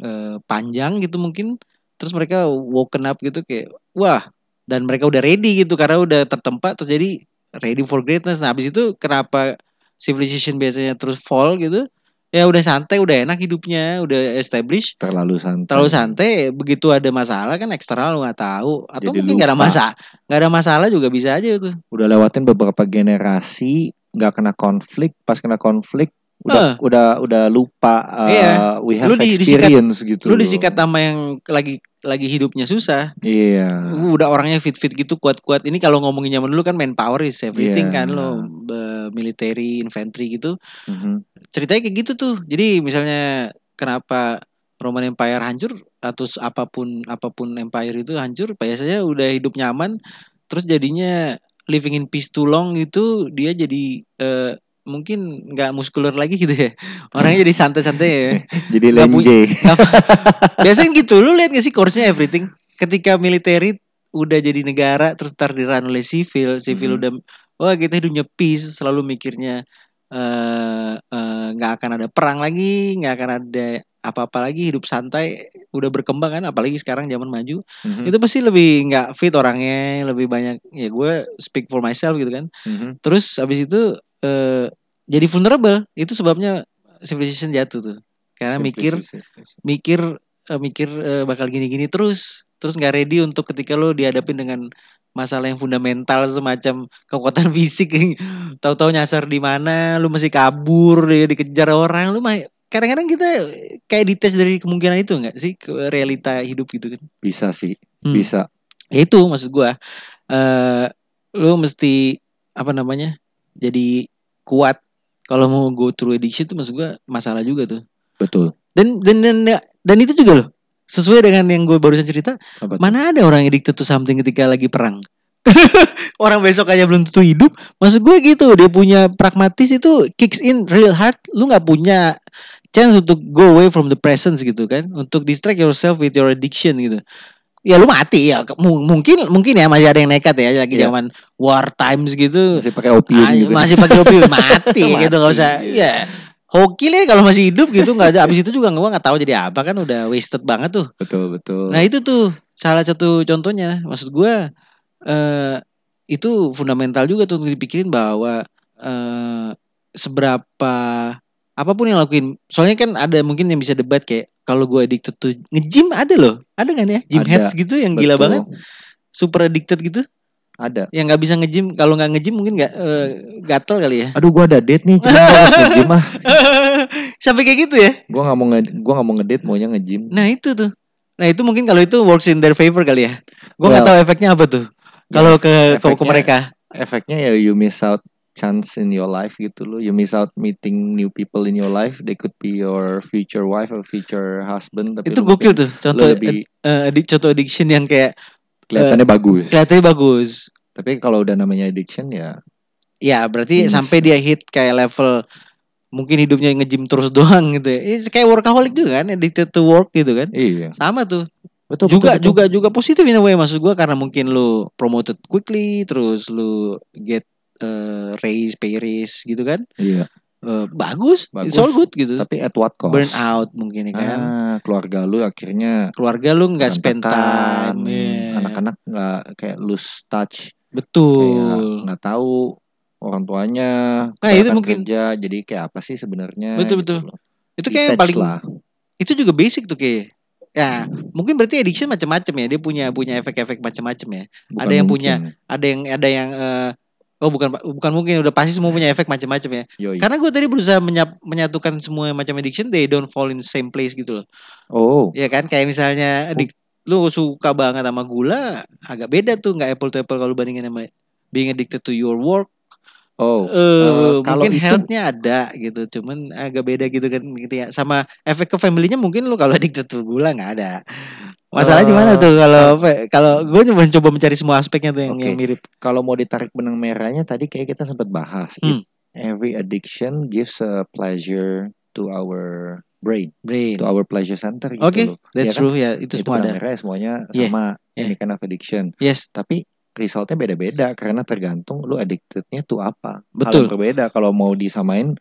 [SPEAKER 2] eh, panjang gitu mungkin terus mereka woken up gitu kayak wah dan mereka udah ready gitu karena udah tertempa terus jadi ready for greatness nah habis itu kenapa civilization biasanya terus fall gitu ya udah santai udah enak hidupnya udah established
[SPEAKER 1] terlalu santai
[SPEAKER 2] terlalu santai begitu ada masalah kan eksternal lu nggak tahu atau
[SPEAKER 1] Jadi
[SPEAKER 2] mungkin nggak ada
[SPEAKER 1] lupa.
[SPEAKER 2] masalah nggak ada masalah juga bisa aja itu
[SPEAKER 1] udah lewatin beberapa generasi nggak kena konflik pas kena konflik udah udah udah lupa uh,
[SPEAKER 2] Ah. Iya.
[SPEAKER 1] we have
[SPEAKER 2] Lu di- disikat-
[SPEAKER 1] experience gitu
[SPEAKER 2] lu disikat sama yang lagi lagi hidupnya susah Uh,
[SPEAKER 1] iya
[SPEAKER 2] udah orangnya fit fit gitu kuat kuat ini kalau ngomongin zaman dulu kan manpower is
[SPEAKER 1] Iya.
[SPEAKER 2] everything kan lo be- military infantry gitu
[SPEAKER 1] Mhm.
[SPEAKER 2] ceritanya kayak gitu tuh jadi misalnya kenapa Roman Empire hancur atau s- apapun apapun empire itu hancur biasanya udah hidup nyaman terus jadinya living in peace too long gitu dia jadi eh, mungkin nggak muskuler lagi gitu ya orangnya jadi santai-santai ya
[SPEAKER 1] jadi
[SPEAKER 2] Nggak
[SPEAKER 1] lenje
[SPEAKER 2] biasanya gitu lu lihat gak sih course-nya everything ketika military udah jadi negara terus ntar diran oleh sivil
[SPEAKER 1] Mhm.
[SPEAKER 2] sivil udah wah kita hidupnya peace selalu mikirnya eh eh, nggak akan ada perang lagi nggak akan ada apa-apa lagi hidup santai udah berkembang kan apalagi sekarang zaman maju
[SPEAKER 1] Mhm,
[SPEAKER 2] itu pasti lebih nggak fit orangnya lebih banyak ya gue speak for myself gitu kan
[SPEAKER 1] mhm.
[SPEAKER 2] terus abis itu eh, jadi vulnerable itu sebabnya civilization jatuh tuh karena ya, mikir
[SPEAKER 1] Simplicity.
[SPEAKER 2] mikir eh, mikir eh, bakal gini-gini terus terus nggak ready untuk ketika lo dihadapin dengan masalah yang fundamental semacam kekuatan fisik yang tahu-tahu nyasar di mana lu masih kabur ya, dikejar orang lu mah kadang-kadang kita kayak dites dari kemungkinan itu nggak sih ke realita hidup gitu kan
[SPEAKER 1] bisa sih
[SPEAKER 2] Hmm.
[SPEAKER 1] bisa
[SPEAKER 2] Ya itu maksud gua eh lu mesti apa namanya jadi kuat kalau mau go through addiction itu maksud gua masalah juga tuh
[SPEAKER 1] betul
[SPEAKER 2] dan dan dan, dan itu juga loh sesuai dengan yang gue barusan cerita
[SPEAKER 1] Apa tuh?
[SPEAKER 2] mana ada orang addicted to something ketika lagi perang orang besok aja belum tentu hidup maksud gue gitu dia punya pragmatis itu kicks in real hard lu nggak punya chance untuk go away from the presence gitu kan untuk distract yourself with your addiction gitu ya lu mati ya Ke- mu- mungkin mungkin ya masih ada yang nekat ya lagi
[SPEAKER 1] Iya.
[SPEAKER 2] zaman war times gitu
[SPEAKER 1] masih pakai opium
[SPEAKER 2] Ah,
[SPEAKER 1] gitu
[SPEAKER 2] masih pakai opium
[SPEAKER 1] Mati,
[SPEAKER 2] mati gitu nggak usah
[SPEAKER 1] iya.
[SPEAKER 2] ya hoki lah kalau masih hidup gitu nggak ada abis itu juga gua nggak tahu jadi apa kan udah wasted banget tuh
[SPEAKER 1] betul betul
[SPEAKER 2] nah itu tuh salah satu contohnya maksud gua eh, itu fundamental juga tuh untuk dipikirin bahwa eh, seberapa apapun yang lakuin soalnya kan ada mungkin yang bisa debat kayak kalau gua addicted tuh nge-gym ada loh ada kan ya gym
[SPEAKER 1] Ada,
[SPEAKER 2] heads gitu yang
[SPEAKER 1] Betul.
[SPEAKER 2] gila banget super addicted gitu
[SPEAKER 1] ada
[SPEAKER 2] yang nggak bisa nge-gym kalau nggak nge-gym mungkin nggak eh, gatel kali ya
[SPEAKER 1] aduh gua ada date nih cuman gua harus nge-gym ah
[SPEAKER 2] Sampai kayak gitu ya.
[SPEAKER 1] gua nggak mau nge gua nggak mau ngedate maunya nge-gym
[SPEAKER 2] Nah, itu tuh. Nah, itu mungkin kalau itu works in their favor kali ya. Gua nggak
[SPEAKER 1] Well,
[SPEAKER 2] tahu efeknya apa tuh. Kalau ke, ke ke
[SPEAKER 1] efeknya-
[SPEAKER 2] mereka.
[SPEAKER 1] efeknya ya you miss out chance in your life gitu loh you miss out meeting new people in your life they could be your future wife or future husband tapi
[SPEAKER 2] Itu
[SPEAKER 1] lu
[SPEAKER 2] gokil
[SPEAKER 1] mungkin-
[SPEAKER 2] tuh.
[SPEAKER 1] lu
[SPEAKER 2] Contoh
[SPEAKER 1] lebih
[SPEAKER 2] eh, addi- contoh addiction yang kayak
[SPEAKER 1] kelihatannya bagus
[SPEAKER 2] kelihatannya bagus.
[SPEAKER 1] tapi kalau udah namanya addiction ya
[SPEAKER 2] Ya, berarti
[SPEAKER 1] Minus
[SPEAKER 2] sampai dia hit kayak level mungkin hidupnya nge-gym terus doang gitu ya. Eh, kayak workaholic juga kan, addicted to work gitu kan.
[SPEAKER 1] iya
[SPEAKER 2] Sama tuh.
[SPEAKER 1] betul betul,
[SPEAKER 2] juga
[SPEAKER 1] betul.
[SPEAKER 2] juga juga positif in a way maksud gua karena mungkin lu promoted quickly terus lu get eh, raise pay raise gitu kan
[SPEAKER 1] iya
[SPEAKER 2] Eh, bagus,
[SPEAKER 1] Bagus.
[SPEAKER 2] it's all good gitu
[SPEAKER 1] tapi at what cost
[SPEAKER 2] burn out mungkin ya kan
[SPEAKER 1] ah, keluarga lu akhirnya
[SPEAKER 2] keluarga lu nggak spend
[SPEAKER 1] berantakan,
[SPEAKER 2] time yeah.
[SPEAKER 1] anak-anak nggak kayak lose touch kayak
[SPEAKER 2] betul
[SPEAKER 1] nggak tahu orang tuanya
[SPEAKER 2] Nah, itu
[SPEAKER 1] kebanyakan
[SPEAKER 2] mungkin-
[SPEAKER 1] kerja jadi kayak apa sih sebenarnya
[SPEAKER 2] Betul,
[SPEAKER 1] gitu
[SPEAKER 2] betul.
[SPEAKER 1] loh.
[SPEAKER 2] itu kayak yang
[SPEAKER 1] Detach
[SPEAKER 2] paling
[SPEAKER 1] lah.
[SPEAKER 2] itu juga basic tuh kayak ya mungkin berarti addiction macam-macam ya dia punya punya efek-efek macam-macam ya
[SPEAKER 1] Bukan
[SPEAKER 2] ada yang
[SPEAKER 1] mungkin.
[SPEAKER 2] punya- ada yang ada yang eh, oh bukan bukan mungkin udah pasti semua punya efek macam-macam ya
[SPEAKER 1] Yoi.
[SPEAKER 2] Karena gue tadi berusaha menyap- menyatukan semua macam addiction, they don't fall in the same place gitu loh.
[SPEAKER 1] Oh,
[SPEAKER 2] Ya kan, kayak misalnya adik- lu suka banget sama gula, agak beda tuh nggak apple to apple kalau bandingin sama being addicted to your work.
[SPEAKER 1] oh.
[SPEAKER 2] Eh,
[SPEAKER 1] eh, kalau
[SPEAKER 2] mungkin
[SPEAKER 1] itu-
[SPEAKER 2] health-nya ada gitu, cuman agak beda gitu kan gitu ya. Sama efek ke family-nya mungkin lu kalau addicted to gula nggak ada. Masalahnya di mana
[SPEAKER 1] Eh,
[SPEAKER 2] tuh kalau kalau gue cuma coba mencari semua aspeknya tuh yang,
[SPEAKER 1] Oke.
[SPEAKER 2] yang mirip.
[SPEAKER 1] Kalau mau ditarik benang merahnya tadi kayak kita sempat bahas. It-
[SPEAKER 2] Hmm.
[SPEAKER 1] every addiction gives a pleasure to our brain,
[SPEAKER 2] Brain.
[SPEAKER 1] to our pleasure center gitu
[SPEAKER 2] Oke,
[SPEAKER 1] loh. Iya
[SPEAKER 2] that's
[SPEAKER 1] kan?
[SPEAKER 2] true ya, itu,
[SPEAKER 1] Itu
[SPEAKER 2] semua
[SPEAKER 1] benang
[SPEAKER 2] ada. Iya,
[SPEAKER 1] merahnya semuanya
[SPEAKER 2] Yeah,
[SPEAKER 1] sama
[SPEAKER 2] yeah.
[SPEAKER 1] ini kind of addiction.
[SPEAKER 2] Yes,
[SPEAKER 1] Tapi resultnya beda-beda karena tergantung lu addicted-nya tuh apa. Hal
[SPEAKER 2] betul.
[SPEAKER 1] yang berbeda kalau mau disamain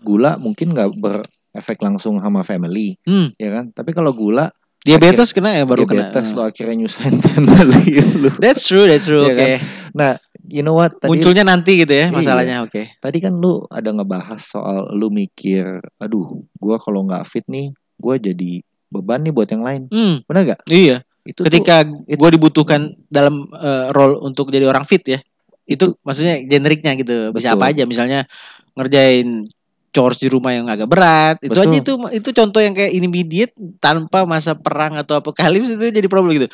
[SPEAKER 1] gula mungkin nggak berefek langsung sama family,
[SPEAKER 2] Hmm,
[SPEAKER 1] ya kan? Tapi kalau gula
[SPEAKER 2] diabetes kena ya baru
[SPEAKER 1] diabetes
[SPEAKER 2] kena.
[SPEAKER 1] lo akhirnya nyusahin family lu.
[SPEAKER 2] That's true, that's true.
[SPEAKER 1] Iya
[SPEAKER 2] Oke.
[SPEAKER 1] kan? you know what tadi
[SPEAKER 2] Munculnya nanti gitu ya masalahnya. Oke.
[SPEAKER 1] tadi kan lu ada ngebahas soal lu mikir aduh gua kalau nggak fit nih gua jadi beban nih buat yang lain
[SPEAKER 2] Hmm,
[SPEAKER 1] benar gak
[SPEAKER 2] iya.
[SPEAKER 1] itu tuh-
[SPEAKER 2] Ketika
[SPEAKER 1] itu-
[SPEAKER 2] gue dibutuhkan dalam eh, role untuk jadi orang fit ya. Itu, maksudnya generiknya gitu. Bisa
[SPEAKER 1] Betul.
[SPEAKER 2] apa aja misalnya ngerjain chores di rumah yang agak berat. Itu
[SPEAKER 1] Betul.
[SPEAKER 2] aja itu itu contoh yang kayak immediate tanpa masa perang atau apokalips itu jadi problem gitu.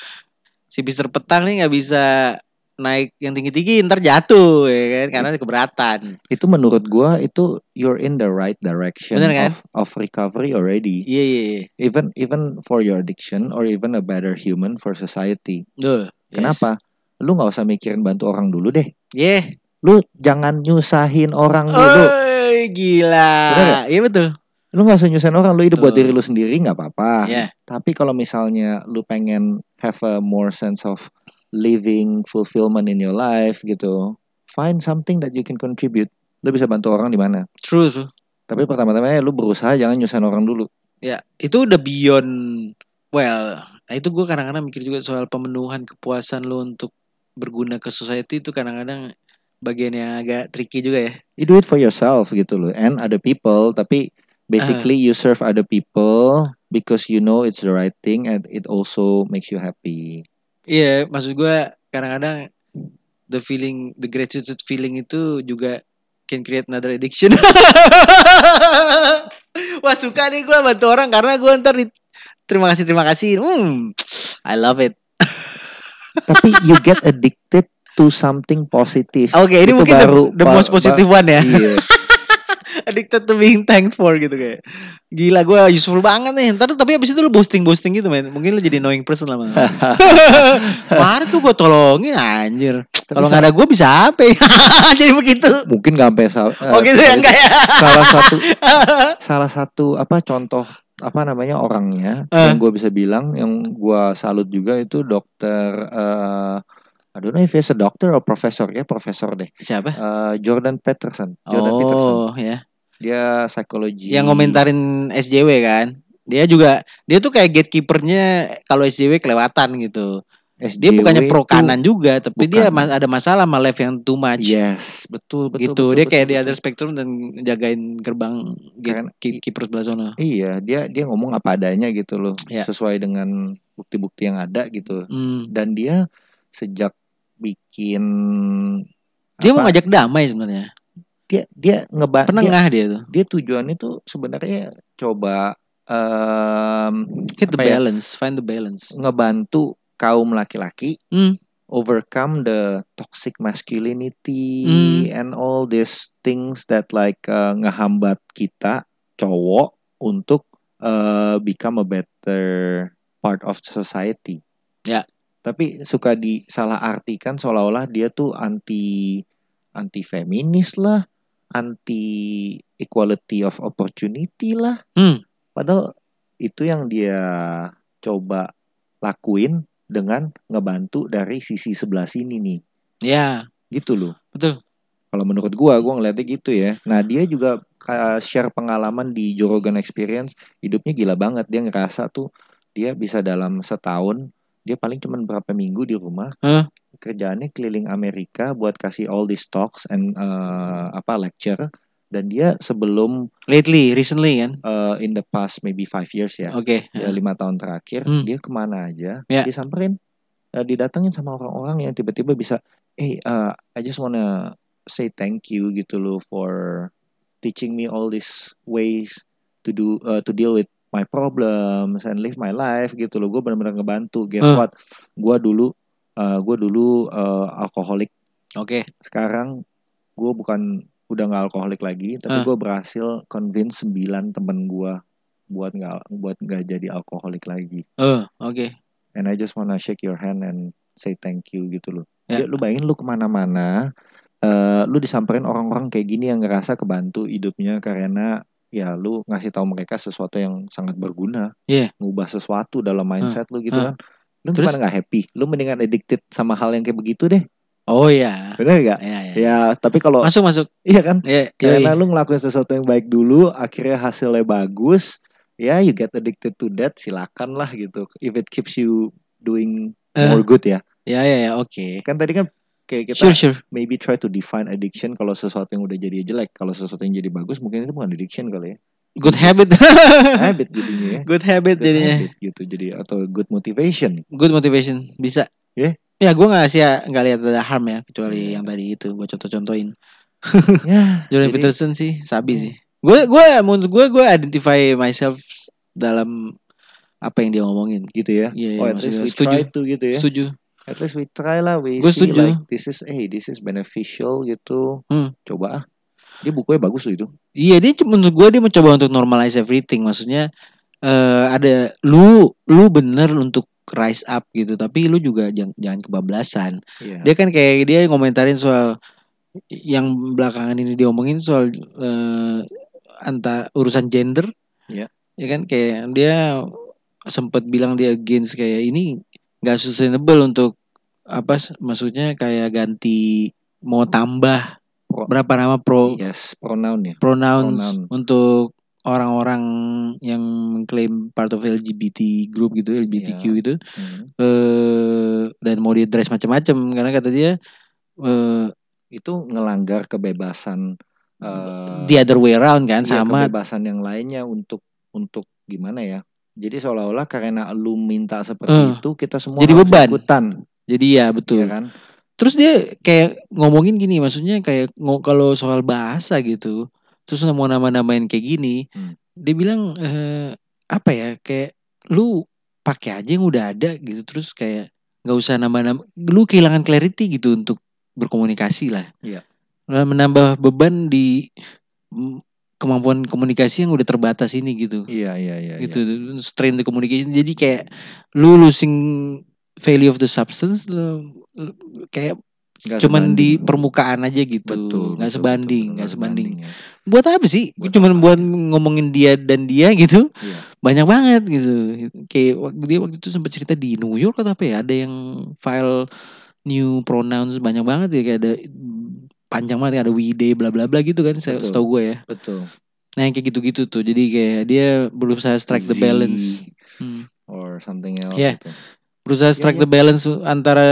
[SPEAKER 2] Si Mister Petang nih nggak bisa naik yang tinggi-tinggi ntar jatuh ya kan karena keberatan.
[SPEAKER 1] itu menurut gua itu you're in the right direction
[SPEAKER 2] Bener kan?
[SPEAKER 1] of of recovery already
[SPEAKER 2] Iya iya iya.
[SPEAKER 1] even even for your addiction or even a better human for society
[SPEAKER 2] Duh, yes.
[SPEAKER 1] kenapa lu nggak usah mikirin bantu orang dulu deh
[SPEAKER 2] Yeh.
[SPEAKER 1] lu jangan nyusahin orang
[SPEAKER 2] Eh.
[SPEAKER 1] dulu
[SPEAKER 2] Oi, gila.
[SPEAKER 1] Iya, Bener nggak?
[SPEAKER 2] Iya betul.
[SPEAKER 1] lu nggak usah nyusahin orang lu hidup buat diri
[SPEAKER 2] Betul.
[SPEAKER 1] lu sendiri nggak apa-apa
[SPEAKER 2] Iya.
[SPEAKER 1] tapi kalau misalnya lu pengen have a more sense of living fulfillment in your life gitu find something that you can contribute lu bisa bantu orang di mana
[SPEAKER 2] True, true.
[SPEAKER 1] tapi pertama-tama ya, lu berusaha jangan nyusahin orang dulu
[SPEAKER 2] Ya, itu udah beyond well. Nah, itu gue kadang-kadang mikir juga soal pemenuhan kepuasan lo untuk berguna ke society itu kadang-kadang bagian yang agak tricky juga ya.
[SPEAKER 1] you do it for yourself gitu loh and other people tapi basically
[SPEAKER 2] Ah.
[SPEAKER 1] you serve other people because you know it's the right thing and it also makes you happy
[SPEAKER 2] Iya, maksud gue kadang-kadang the feeling, the gratitude feeling itu juga can create another addiction. Wah suka nih gue bantu orang karena gue ntar di, terima kasih terima kasih. Hmm, I love it.
[SPEAKER 1] tapi you get addicted to something positive
[SPEAKER 2] Oke, ini
[SPEAKER 1] Itu
[SPEAKER 2] mungkin the-
[SPEAKER 1] baru-
[SPEAKER 2] the, most
[SPEAKER 1] ba- ba-
[SPEAKER 2] positive one ya.
[SPEAKER 1] Iya.
[SPEAKER 2] Addicted to being thankful gitu kayak. Gila gue useful banget nih. Ntar tapi abis itu lu boasting-boasting gitu men. Mungkin lu jadi annoying person lama Kemarin tuh gue tolongin anjir.
[SPEAKER 1] Tapi
[SPEAKER 2] Kalau
[SPEAKER 1] sa-
[SPEAKER 2] nggak ada gue bisa apa ya? jadi begitu.
[SPEAKER 1] mungkin nggak sampai sa- eh,
[SPEAKER 2] Oh gitu ya enggak ya?
[SPEAKER 1] salah satu salah satu apa contoh apa namanya orangnya
[SPEAKER 2] Eh.
[SPEAKER 1] yang gue bisa bilang yang gua salut juga itu dokter eh I don't know if he's a doctor or professor ya profesor deh
[SPEAKER 2] Siapa?
[SPEAKER 1] Eh, Jordan Peterson Jordan Peterson
[SPEAKER 2] Oh ya.
[SPEAKER 1] dia psikologi
[SPEAKER 2] Yang ngomentarin SJW kan. Dia juga dia tuh kayak gatekeepernya kalau SJW kelewatan gitu. Dia
[SPEAKER 1] SJW
[SPEAKER 2] bukannya pro kan,
[SPEAKER 1] tuh-
[SPEAKER 2] kanan juga, tapi
[SPEAKER 1] bukan. Iya,
[SPEAKER 2] dia mas- ada masalah sama left yang too much.
[SPEAKER 1] yes betul betul
[SPEAKER 2] gitu
[SPEAKER 1] betul,
[SPEAKER 2] dia
[SPEAKER 1] betul,
[SPEAKER 2] kayak di
[SPEAKER 1] betul.
[SPEAKER 2] other spectrum dan jagain gerbang
[SPEAKER 1] Keren.
[SPEAKER 2] kiper sebelah sana
[SPEAKER 1] iya dia dia ngomong apa adanya gitu loh
[SPEAKER 2] Iya.
[SPEAKER 1] sesuai dengan bukti-bukti yang ada gitu
[SPEAKER 2] hmm.
[SPEAKER 1] dan dia sejak bikin
[SPEAKER 2] dia mau
[SPEAKER 1] apa,
[SPEAKER 2] ngajak damai sebenarnya
[SPEAKER 1] dia dia ngeba dia,
[SPEAKER 2] penengah dia tuh
[SPEAKER 1] dia tujuannya tuh sebenarnya coba em,
[SPEAKER 2] hit the
[SPEAKER 1] apa ya,
[SPEAKER 2] balance find the balance
[SPEAKER 1] ngebantu kaum laki-laki
[SPEAKER 2] Hmm.
[SPEAKER 1] overcome the toxic masculinity
[SPEAKER 2] Hmm.
[SPEAKER 1] and all these things that like uh, ngehambat kita cowok untuk uh, become a better part of society.
[SPEAKER 2] Ya.
[SPEAKER 1] Tapi suka disalahartikan seolah-olah dia tuh anti anti feminis lah, anti equality of opportunity lah.
[SPEAKER 2] Hmm.
[SPEAKER 1] Padahal itu yang dia coba lakuin dengan ngebantu dari sisi sebelah sini nih
[SPEAKER 2] ya
[SPEAKER 1] gitu loh
[SPEAKER 2] Betul.
[SPEAKER 1] kalau menurut gua gua ngeliatnya gitu ya nah dia juga uh, share pengalaman di Jorogan Experience hidupnya gila banget dia ngerasa tuh dia bisa dalam setahun dia paling cuman berapa minggu di rumah
[SPEAKER 2] Hah?
[SPEAKER 1] kerjaannya keliling Amerika buat kasih all these talks and uh, apa lecture dan dia sebelum
[SPEAKER 2] lately recently kan
[SPEAKER 1] uh, in the past maybe five years ya
[SPEAKER 2] oke
[SPEAKER 1] ya lima tahun terakhir
[SPEAKER 2] Hmm.
[SPEAKER 1] dia kemana aja
[SPEAKER 2] Ya.
[SPEAKER 1] disamperin eh, didatengin sama orang-orang yang tiba-tiba bisa eh eh, I just wanna say thank you gitu loh for teaching me all these ways to do eh, to deal with my problems and live my life gitu loh gue benar-benar ngebantu guess
[SPEAKER 2] Huh.
[SPEAKER 1] what gue dulu eh, gue dulu eh, alkoholik
[SPEAKER 2] oke
[SPEAKER 1] sekarang gue bukan udah nggak alkoholik lagi tapi
[SPEAKER 2] Ah.
[SPEAKER 1] gue berhasil convince 9 temen gue buat nggak buat nggak jadi alkoholik lagi
[SPEAKER 2] Eh, oke
[SPEAKER 1] and I just wanna shake your hand and say thank you gitu loh
[SPEAKER 2] Ya.
[SPEAKER 1] Dia- lu bayangin lu kemana-mana eh, lu disamperin orang-orang kayak gini yang ngerasa kebantu hidupnya karena ya lu ngasih tahu mereka sesuatu yang sangat berguna
[SPEAKER 2] Iya.
[SPEAKER 1] ngubah sesuatu dalam mindset lu gitu kan
[SPEAKER 2] Ah.
[SPEAKER 1] lu
[SPEAKER 2] Terus?
[SPEAKER 1] gimana nggak happy lu mendingan addicted sama hal yang kayak begitu deh
[SPEAKER 2] oh ya
[SPEAKER 1] bener nggak
[SPEAKER 2] ya ya, ya.
[SPEAKER 1] ya tapi kalau
[SPEAKER 2] masuk masuk
[SPEAKER 1] iya kan
[SPEAKER 2] ya
[SPEAKER 1] karena
[SPEAKER 2] yoi.
[SPEAKER 1] lu ngelakuin sesuatu yang baik dulu, akhirnya hasilnya bagus, ya you get addicted to that, silakan lah gitu. If it keeps you doing
[SPEAKER 2] Eh,
[SPEAKER 1] more good ya.
[SPEAKER 2] ya ya ya oke
[SPEAKER 1] Kan tadi kan kayak kita
[SPEAKER 2] Sure, sure.
[SPEAKER 1] maybe try to define addiction kalau sesuatu yang udah jadi jelek kalau sesuatu yang jadi bagus mungkin itu bukan addiction kali ya
[SPEAKER 2] Good habit.
[SPEAKER 1] habit jadinya ya
[SPEAKER 2] good habit
[SPEAKER 1] Good
[SPEAKER 2] jadinya.
[SPEAKER 1] habit gitu jadi atau good motivation
[SPEAKER 2] Good motivation bisa.
[SPEAKER 1] Yeah.
[SPEAKER 2] Ya gue nggak sih nggak lihat ada harm ya kecuali yang tadi itu gue contoh-contohin.
[SPEAKER 1] ya jadi-
[SPEAKER 2] Jordan Peterson sih sabi
[SPEAKER 1] Hmm.
[SPEAKER 2] sih. Gue gue menurut gue gue identify myself dalam apa yang dia ngomongin.
[SPEAKER 1] gitu ya
[SPEAKER 2] Iya,
[SPEAKER 1] oh
[SPEAKER 2] iya,
[SPEAKER 1] at least
[SPEAKER 2] maksudnya
[SPEAKER 1] we
[SPEAKER 2] setuju.
[SPEAKER 1] try to gitu ya
[SPEAKER 2] Setuju.
[SPEAKER 1] at least we try lah we
[SPEAKER 2] Gua
[SPEAKER 1] see
[SPEAKER 2] setuju.
[SPEAKER 1] like this is hey this is beneficial gitu
[SPEAKER 2] Hmm.
[SPEAKER 1] coba ah dia bukunya bagus loh itu
[SPEAKER 2] Iya dia cu- menurut gue dia mencoba untuk normalize everything. Maksudnya eh ada lu lu bener untuk rise up gitu tapi lu juga jangan, jangan kebablasan.
[SPEAKER 1] Iya.
[SPEAKER 2] Dia kan kayak dia ngomentarin soal yang belakangan ini diomongin soal eh anta urusan gender.
[SPEAKER 1] Iya.
[SPEAKER 2] Ya kan kayak dia sempat bilang dia against kayak ini nggak sustainable untuk apa s- maksudnya kayak ganti mau tambah
[SPEAKER 1] Pro-
[SPEAKER 2] berapa nama pro
[SPEAKER 1] yes pronoun ya
[SPEAKER 2] pronouns
[SPEAKER 1] Pronoun.
[SPEAKER 2] untuk orang-orang yang mengklaim part of LGBT group gitu LGBTQ
[SPEAKER 1] Iya.
[SPEAKER 2] gitu
[SPEAKER 1] Hmm.
[SPEAKER 2] eh dan mau di address macam-macam karena kata dia eh
[SPEAKER 1] itu ngelanggar kebebasan eh,
[SPEAKER 2] the other way around kan
[SPEAKER 1] Iya,
[SPEAKER 2] sama
[SPEAKER 1] kebebasan yang lainnya untuk untuk gimana ya jadi seolah-olah karena lu minta seperti
[SPEAKER 2] Eh,
[SPEAKER 1] itu kita semua
[SPEAKER 2] jadi
[SPEAKER 1] harus
[SPEAKER 2] beban.
[SPEAKER 1] ikutan
[SPEAKER 2] jadi ya
[SPEAKER 1] iya
[SPEAKER 2] betul
[SPEAKER 1] kan
[SPEAKER 2] terus dia kayak ngomongin gini maksudnya kayak ngo- kalau soal bahasa gitu terus mau nama-namain kayak gini
[SPEAKER 1] Hmm.
[SPEAKER 2] dia bilang eh, apa ya kayak lu pakai aja yang udah ada gitu terus kayak nggak usah nama-nama lu kehilangan clarity gitu untuk berkomunikasi lah
[SPEAKER 1] Iya.
[SPEAKER 2] Nah, menambah beban di mm, kemampuan komunikasi yang udah terbatas ini gitu
[SPEAKER 1] iya iya iya
[SPEAKER 2] gitu strain the communication jadi kayak lu losing value of the substance lu, lu- kayak
[SPEAKER 1] Nggak
[SPEAKER 2] cuman di
[SPEAKER 1] sebanding.
[SPEAKER 2] permukaan aja gitu
[SPEAKER 1] betul
[SPEAKER 2] nggak
[SPEAKER 1] betul,
[SPEAKER 2] sebanding
[SPEAKER 1] betul, betul,
[SPEAKER 2] nggak
[SPEAKER 1] nggak
[SPEAKER 2] sebanding
[SPEAKER 1] ya.
[SPEAKER 2] buat apa sih
[SPEAKER 1] Buat
[SPEAKER 2] cuman
[SPEAKER 1] apa,
[SPEAKER 2] buat
[SPEAKER 1] ya.
[SPEAKER 2] ngomongin dia dan dia gitu
[SPEAKER 1] Iya.
[SPEAKER 2] banyak banget gitu kayak wak- dia waktu itu sempat cerita di New York atau apa ya ada yang file new pronouns banyak banget ya kayak ada panjang banget ada we day bla bla bla gitu kan saya
[SPEAKER 1] Betul.
[SPEAKER 2] setahu gue ya
[SPEAKER 1] betul
[SPEAKER 2] nah yang kayak gitu gitu tuh jadi kayak dia berusaha strike the
[SPEAKER 1] Z
[SPEAKER 2] balance Hmm.
[SPEAKER 1] or something else
[SPEAKER 2] Iya.
[SPEAKER 1] gitu.
[SPEAKER 2] berusaha
[SPEAKER 1] Iya,
[SPEAKER 2] strike
[SPEAKER 1] iya.
[SPEAKER 2] the balance antara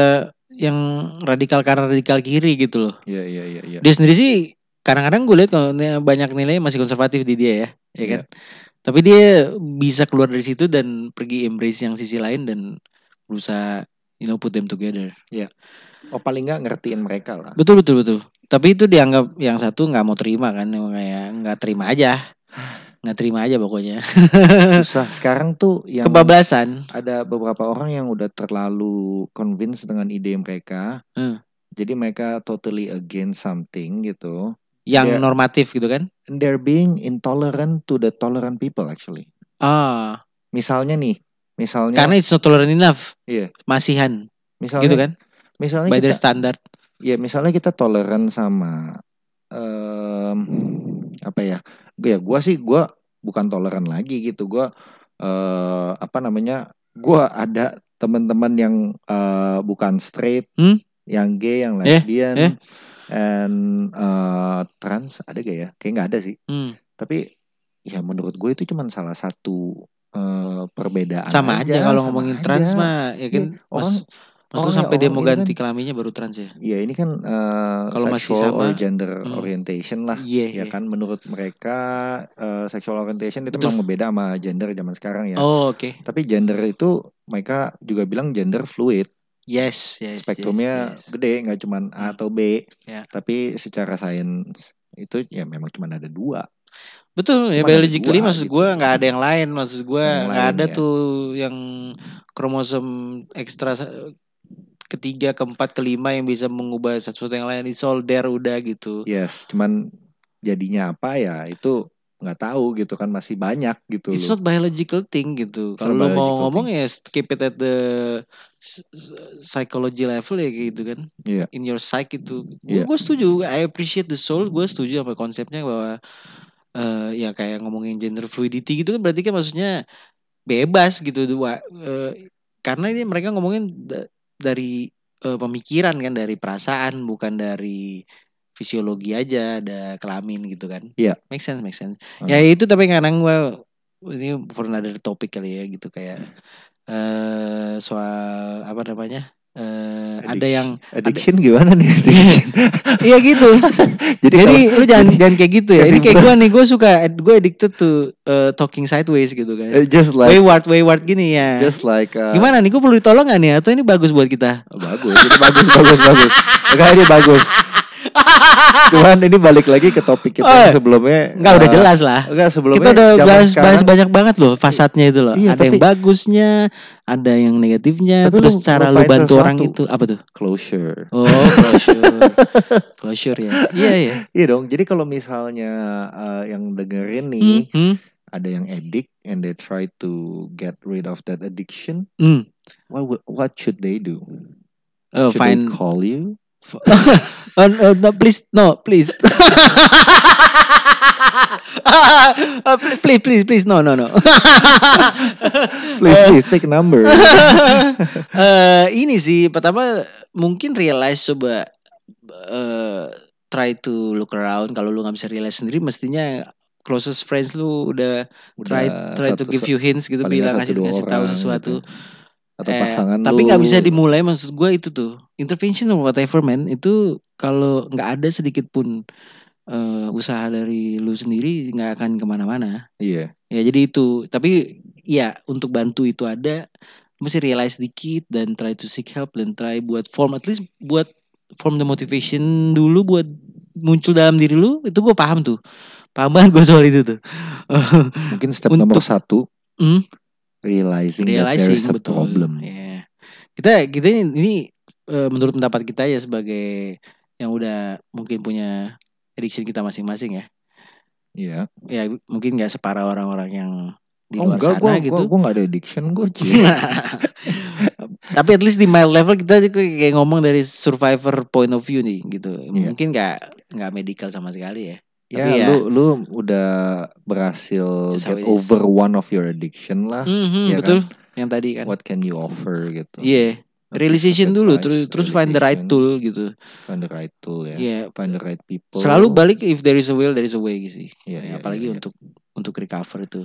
[SPEAKER 2] yang radikal kanan radikal kiri gitu loh.
[SPEAKER 1] Iya iya iya iya.
[SPEAKER 2] Dia sendiri sih kadang-kadang gue lihat kalau ni- banyak nilai masih konservatif di dia ya, ya kan.
[SPEAKER 1] Iya.
[SPEAKER 2] Tapi dia bisa keluar dari situ dan pergi embrace yang sisi lain dan berusaha you know put them together.
[SPEAKER 1] Oh paling nggak ngertiin mereka lah.
[SPEAKER 2] Betul betul betul. Tapi itu dianggap yang satu nggak mau terima kan, yang kayak nggak terima aja, nggak terima aja pokoknya.
[SPEAKER 1] Susah. Sekarang tuh yang
[SPEAKER 2] Kebablasan.
[SPEAKER 1] ada beberapa orang yang udah terlalu convinced dengan ide mereka.
[SPEAKER 2] Hmm.
[SPEAKER 1] Jadi mereka totally against something gitu.
[SPEAKER 2] yang
[SPEAKER 1] Dia-
[SPEAKER 2] normatif gitu kan?
[SPEAKER 1] And they're being intolerant to the tolerant people actually.
[SPEAKER 2] Ah,
[SPEAKER 1] Misalnya nih, misalnya
[SPEAKER 2] karena it's not tolerant enough.
[SPEAKER 1] Iya.
[SPEAKER 2] Masihan
[SPEAKER 1] misalnya
[SPEAKER 2] gitu kan?
[SPEAKER 1] misalnya
[SPEAKER 2] by
[SPEAKER 1] kita
[SPEAKER 2] their standard.
[SPEAKER 1] ya misalnya kita toleran sama em, apa ya ya gua sih gua bukan toleran lagi gitu gua eh, apa namanya gua ada teman-teman yang eh, bukan straight
[SPEAKER 2] Hmm? eh?
[SPEAKER 1] yang gay yang
[SPEAKER 2] Yeah,
[SPEAKER 1] lesbian
[SPEAKER 2] yeah.
[SPEAKER 1] and eh, trans ada gak ya kayak nggak ada sih
[SPEAKER 2] Hmm.
[SPEAKER 1] tapi ya menurut gue itu cuman salah satu eh, perbedaan
[SPEAKER 2] Sama aja, kalau
[SPEAKER 1] sama
[SPEAKER 2] ngomongin
[SPEAKER 1] aja.
[SPEAKER 2] trans mah ya kan
[SPEAKER 1] Iya, orang-
[SPEAKER 2] mas Mas lu
[SPEAKER 1] orang ya
[SPEAKER 2] sampai dia
[SPEAKER 1] orang
[SPEAKER 2] mau
[SPEAKER 1] ini kan-
[SPEAKER 2] ganti kelaminnya baru trans ya.
[SPEAKER 1] ya ini kan eh,
[SPEAKER 2] Kalau masih
[SPEAKER 1] sexual or
[SPEAKER 2] sama,
[SPEAKER 1] gender
[SPEAKER 2] hmm.
[SPEAKER 1] orientation lah
[SPEAKER 2] Iya.
[SPEAKER 1] ya
[SPEAKER 2] iya.
[SPEAKER 1] kan menurut mereka eh, sexual orientation itu
[SPEAKER 2] Betul.
[SPEAKER 1] memang beda sama gender zaman sekarang ya
[SPEAKER 2] Oh, oke.
[SPEAKER 1] tapi gender itu mereka juga bilang gender fluid
[SPEAKER 2] Yes, yes.
[SPEAKER 1] spektrumnya
[SPEAKER 2] yes, yes.
[SPEAKER 1] gede nggak cuman A
[SPEAKER 2] Hmm.
[SPEAKER 1] atau B
[SPEAKER 2] Ya.
[SPEAKER 1] tapi secara sains itu ya memang cuman ada dua
[SPEAKER 2] Betul,
[SPEAKER 1] Cuman
[SPEAKER 2] ya
[SPEAKER 1] ada
[SPEAKER 2] biologically
[SPEAKER 1] dua,
[SPEAKER 2] maksud
[SPEAKER 1] gitu.
[SPEAKER 2] gua nggak ada yang lain, maksud gua
[SPEAKER 1] Yang
[SPEAKER 2] nggak
[SPEAKER 1] lain,
[SPEAKER 2] ada
[SPEAKER 1] ya.
[SPEAKER 2] tuh yang kromosom ekstra sa- ketiga, keempat, kelima yang bisa mengubah satu yang lain. It's all there udah gitu.
[SPEAKER 1] yes cuman jadinya apa ya itu nggak tahu gitu kan masih banyak gitu
[SPEAKER 2] It's
[SPEAKER 1] loh
[SPEAKER 2] not biological thing gitu.
[SPEAKER 1] It's not
[SPEAKER 2] Kalau lo mau
[SPEAKER 1] biological
[SPEAKER 2] ngomong ya keep it at the s- s- psychology level ya kayak gitu kan.
[SPEAKER 1] Iya.
[SPEAKER 2] In your psyche itu.
[SPEAKER 1] Iya.
[SPEAKER 2] Gue setuju. I appreciate the soul. Gue setuju sama konsepnya bahwa eh ya kayak ngomongin gender fluidity gitu kan berarti kan maksudnya bebas gitu dua. Eh, karena ini mereka ngomongin da- dari eh, pemikiran kan, dari perasaan bukan dari fisiologi aja ada kelamin gitu kan.
[SPEAKER 1] Iya.
[SPEAKER 2] Make sense, make sense.
[SPEAKER 1] Hmm.
[SPEAKER 2] Ya itu tapi kadang gua ini
[SPEAKER 1] Hmm.
[SPEAKER 2] for another topic kali ya gitu kayak eh soal apa namanya eh, ada
[SPEAKER 1] Addic-
[SPEAKER 2] yang
[SPEAKER 1] addiction gimana nih? Addiction.
[SPEAKER 2] iya gitu.
[SPEAKER 1] Jadi, Iya,
[SPEAKER 2] Jadi
[SPEAKER 1] kalau-
[SPEAKER 2] lu jangan jangan kayak gitu ya. Ini
[SPEAKER 1] Kesimpulan.
[SPEAKER 2] kayak gue nih, gue suka gue addicted to eh, talking sideways gitu kan.
[SPEAKER 1] eh, just like
[SPEAKER 2] Wayward wayward gini ya.
[SPEAKER 1] just like uh,
[SPEAKER 2] Gimana nih, gue perlu ditolong gak nih? Atau ini bagus buat kita?
[SPEAKER 1] Oh, bagus, itu bagus bagus bagus. Enggak ini bagus. Cuman ini balik lagi ke topik kita yang
[SPEAKER 2] Eh,
[SPEAKER 1] sebelumnya.
[SPEAKER 2] Enggak udah
[SPEAKER 1] eh,
[SPEAKER 2] jelas lah.
[SPEAKER 1] Enggak sebelumnya.
[SPEAKER 2] Kita udah
[SPEAKER 1] zaman
[SPEAKER 2] bahas,
[SPEAKER 1] sekarang-
[SPEAKER 2] bahas banyak banget loh fasadnya itu loh.
[SPEAKER 1] Iya,
[SPEAKER 2] ada yang
[SPEAKER 1] tapi-
[SPEAKER 2] bagusnya, ada yang negatifnya.
[SPEAKER 1] Tapi
[SPEAKER 2] Terus
[SPEAKER 1] lu
[SPEAKER 2] cara lu
[SPEAKER 1] ngelupain
[SPEAKER 2] bantu orang
[SPEAKER 1] sesuatu.
[SPEAKER 2] itu apa tuh?
[SPEAKER 1] closure.
[SPEAKER 2] Oh closure, closure ya. Iya iya.
[SPEAKER 1] Iya dong. Jadi kalau misalnya uh, yang dengerin nih
[SPEAKER 2] Hmm, hmm,
[SPEAKER 1] ada yang addict and they try to get rid of that addiction,
[SPEAKER 2] hmm.
[SPEAKER 1] what would- what should they do?
[SPEAKER 2] Oh,
[SPEAKER 1] should
[SPEAKER 2] fine.
[SPEAKER 1] they call you?
[SPEAKER 2] Oh, no, no, please, no, please. Ah, please, please, please, no, no, no.
[SPEAKER 1] Please please take number.
[SPEAKER 2] Eh, ini sih pertama mungkin realize coba eh, try to look around. Kalau lu nggak bisa realize sendiri, mestinya closest friends lu udah try
[SPEAKER 1] Udah
[SPEAKER 2] try to
[SPEAKER 1] satu-
[SPEAKER 2] give you hints gitu,
[SPEAKER 1] paling nggak
[SPEAKER 2] bilang
[SPEAKER 1] satu
[SPEAKER 2] ngasih
[SPEAKER 1] dua
[SPEAKER 2] ngasih tahu
[SPEAKER 1] orang
[SPEAKER 2] sesuatu.
[SPEAKER 1] gitu. Atau
[SPEAKER 2] Eh,
[SPEAKER 1] pasangan
[SPEAKER 2] tapi
[SPEAKER 1] lu.
[SPEAKER 2] nggak bisa dimulai maksud gue itu tuh intervention or whatever man itu kalau nggak ada sedikit pun eh, usaha dari lu sendiri nggak akan kemana-mana
[SPEAKER 1] Iya.
[SPEAKER 2] ya jadi itu tapi ya untuk bantu itu ada mesti realize dikit dan try to seek help dan try buat form at least buat form the motivation dulu buat muncul dalam diri lu itu gue paham tuh paham banget gue soal itu tuh
[SPEAKER 1] Mungkin step
[SPEAKER 2] Untuk-
[SPEAKER 1] nomor satu
[SPEAKER 2] Hmm?
[SPEAKER 1] realizing, that there's
[SPEAKER 2] realizing
[SPEAKER 1] Iya, a
[SPEAKER 2] betul.
[SPEAKER 1] problem.
[SPEAKER 2] Iya. Kita kita ini eh, menurut pendapat kita ya sebagai yang udah mungkin punya addiction kita masing-masing ya.
[SPEAKER 1] Iya.
[SPEAKER 2] Ya mungkin nggak separah orang-orang yang di
[SPEAKER 1] Oh
[SPEAKER 2] luar
[SPEAKER 1] enggak,
[SPEAKER 2] sana
[SPEAKER 1] gua,
[SPEAKER 2] gitu.
[SPEAKER 1] gua, gua nggak ada addiction, gua cuy.
[SPEAKER 2] Tapi at least di mild level kita kayak ngomong dari survivor point of view nih gitu.
[SPEAKER 1] Iya.
[SPEAKER 2] Mungkin nggak nggak medical sama sekali ya.
[SPEAKER 1] ya,
[SPEAKER 2] Tapi ya-
[SPEAKER 1] lu, lu udah berhasil
[SPEAKER 2] Just how
[SPEAKER 1] get
[SPEAKER 2] it is.
[SPEAKER 1] over one of your addiction lah.
[SPEAKER 2] Mhm,
[SPEAKER 1] iya kan?
[SPEAKER 2] betul yang tadi kan.
[SPEAKER 1] What can you offer gitu?
[SPEAKER 2] Iya,
[SPEAKER 1] A piece of
[SPEAKER 2] realization dulu
[SPEAKER 1] advice,
[SPEAKER 2] terus terus find the right
[SPEAKER 1] realization,
[SPEAKER 2] tool gitu.
[SPEAKER 1] Find the right tool ya.
[SPEAKER 2] Iya,
[SPEAKER 1] Find the right people.
[SPEAKER 2] selalu balik if there is a will there is a way sih
[SPEAKER 1] Iya,
[SPEAKER 2] Ya,
[SPEAKER 1] iya,
[SPEAKER 2] apalagi
[SPEAKER 1] iya, iya.
[SPEAKER 2] untuk untuk recover itu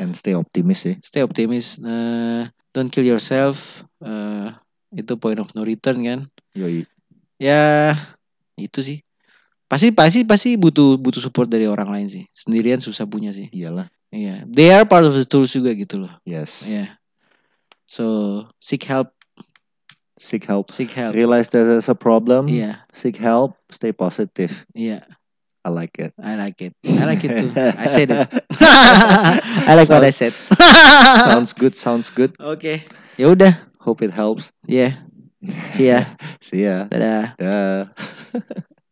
[SPEAKER 1] and stay optimis ya.
[SPEAKER 2] stay optimis eh, don't kill yourself eh, itu point of no return kan
[SPEAKER 1] Yoi.
[SPEAKER 2] ya itu sih pasti pasti pasti butuh butuh support dari orang lain sih sendirian susah punya sih
[SPEAKER 1] Iyalah.
[SPEAKER 2] iya they are part of the tools juga gitu loh
[SPEAKER 1] Yes.
[SPEAKER 2] ya so seek help
[SPEAKER 1] Seek help.
[SPEAKER 2] seek help iya
[SPEAKER 1] Realize that there's a problem.
[SPEAKER 2] iya
[SPEAKER 1] Seek help. Stay positive. I like it.
[SPEAKER 2] I like it I like it too I said it I like what I said
[SPEAKER 1] sounds good. Sounds good.
[SPEAKER 2] Oke. Ya udah,
[SPEAKER 1] Hope it helps.
[SPEAKER 2] ya. See ya.
[SPEAKER 1] See ya.
[SPEAKER 2] Dadah.
[SPEAKER 1] Dah.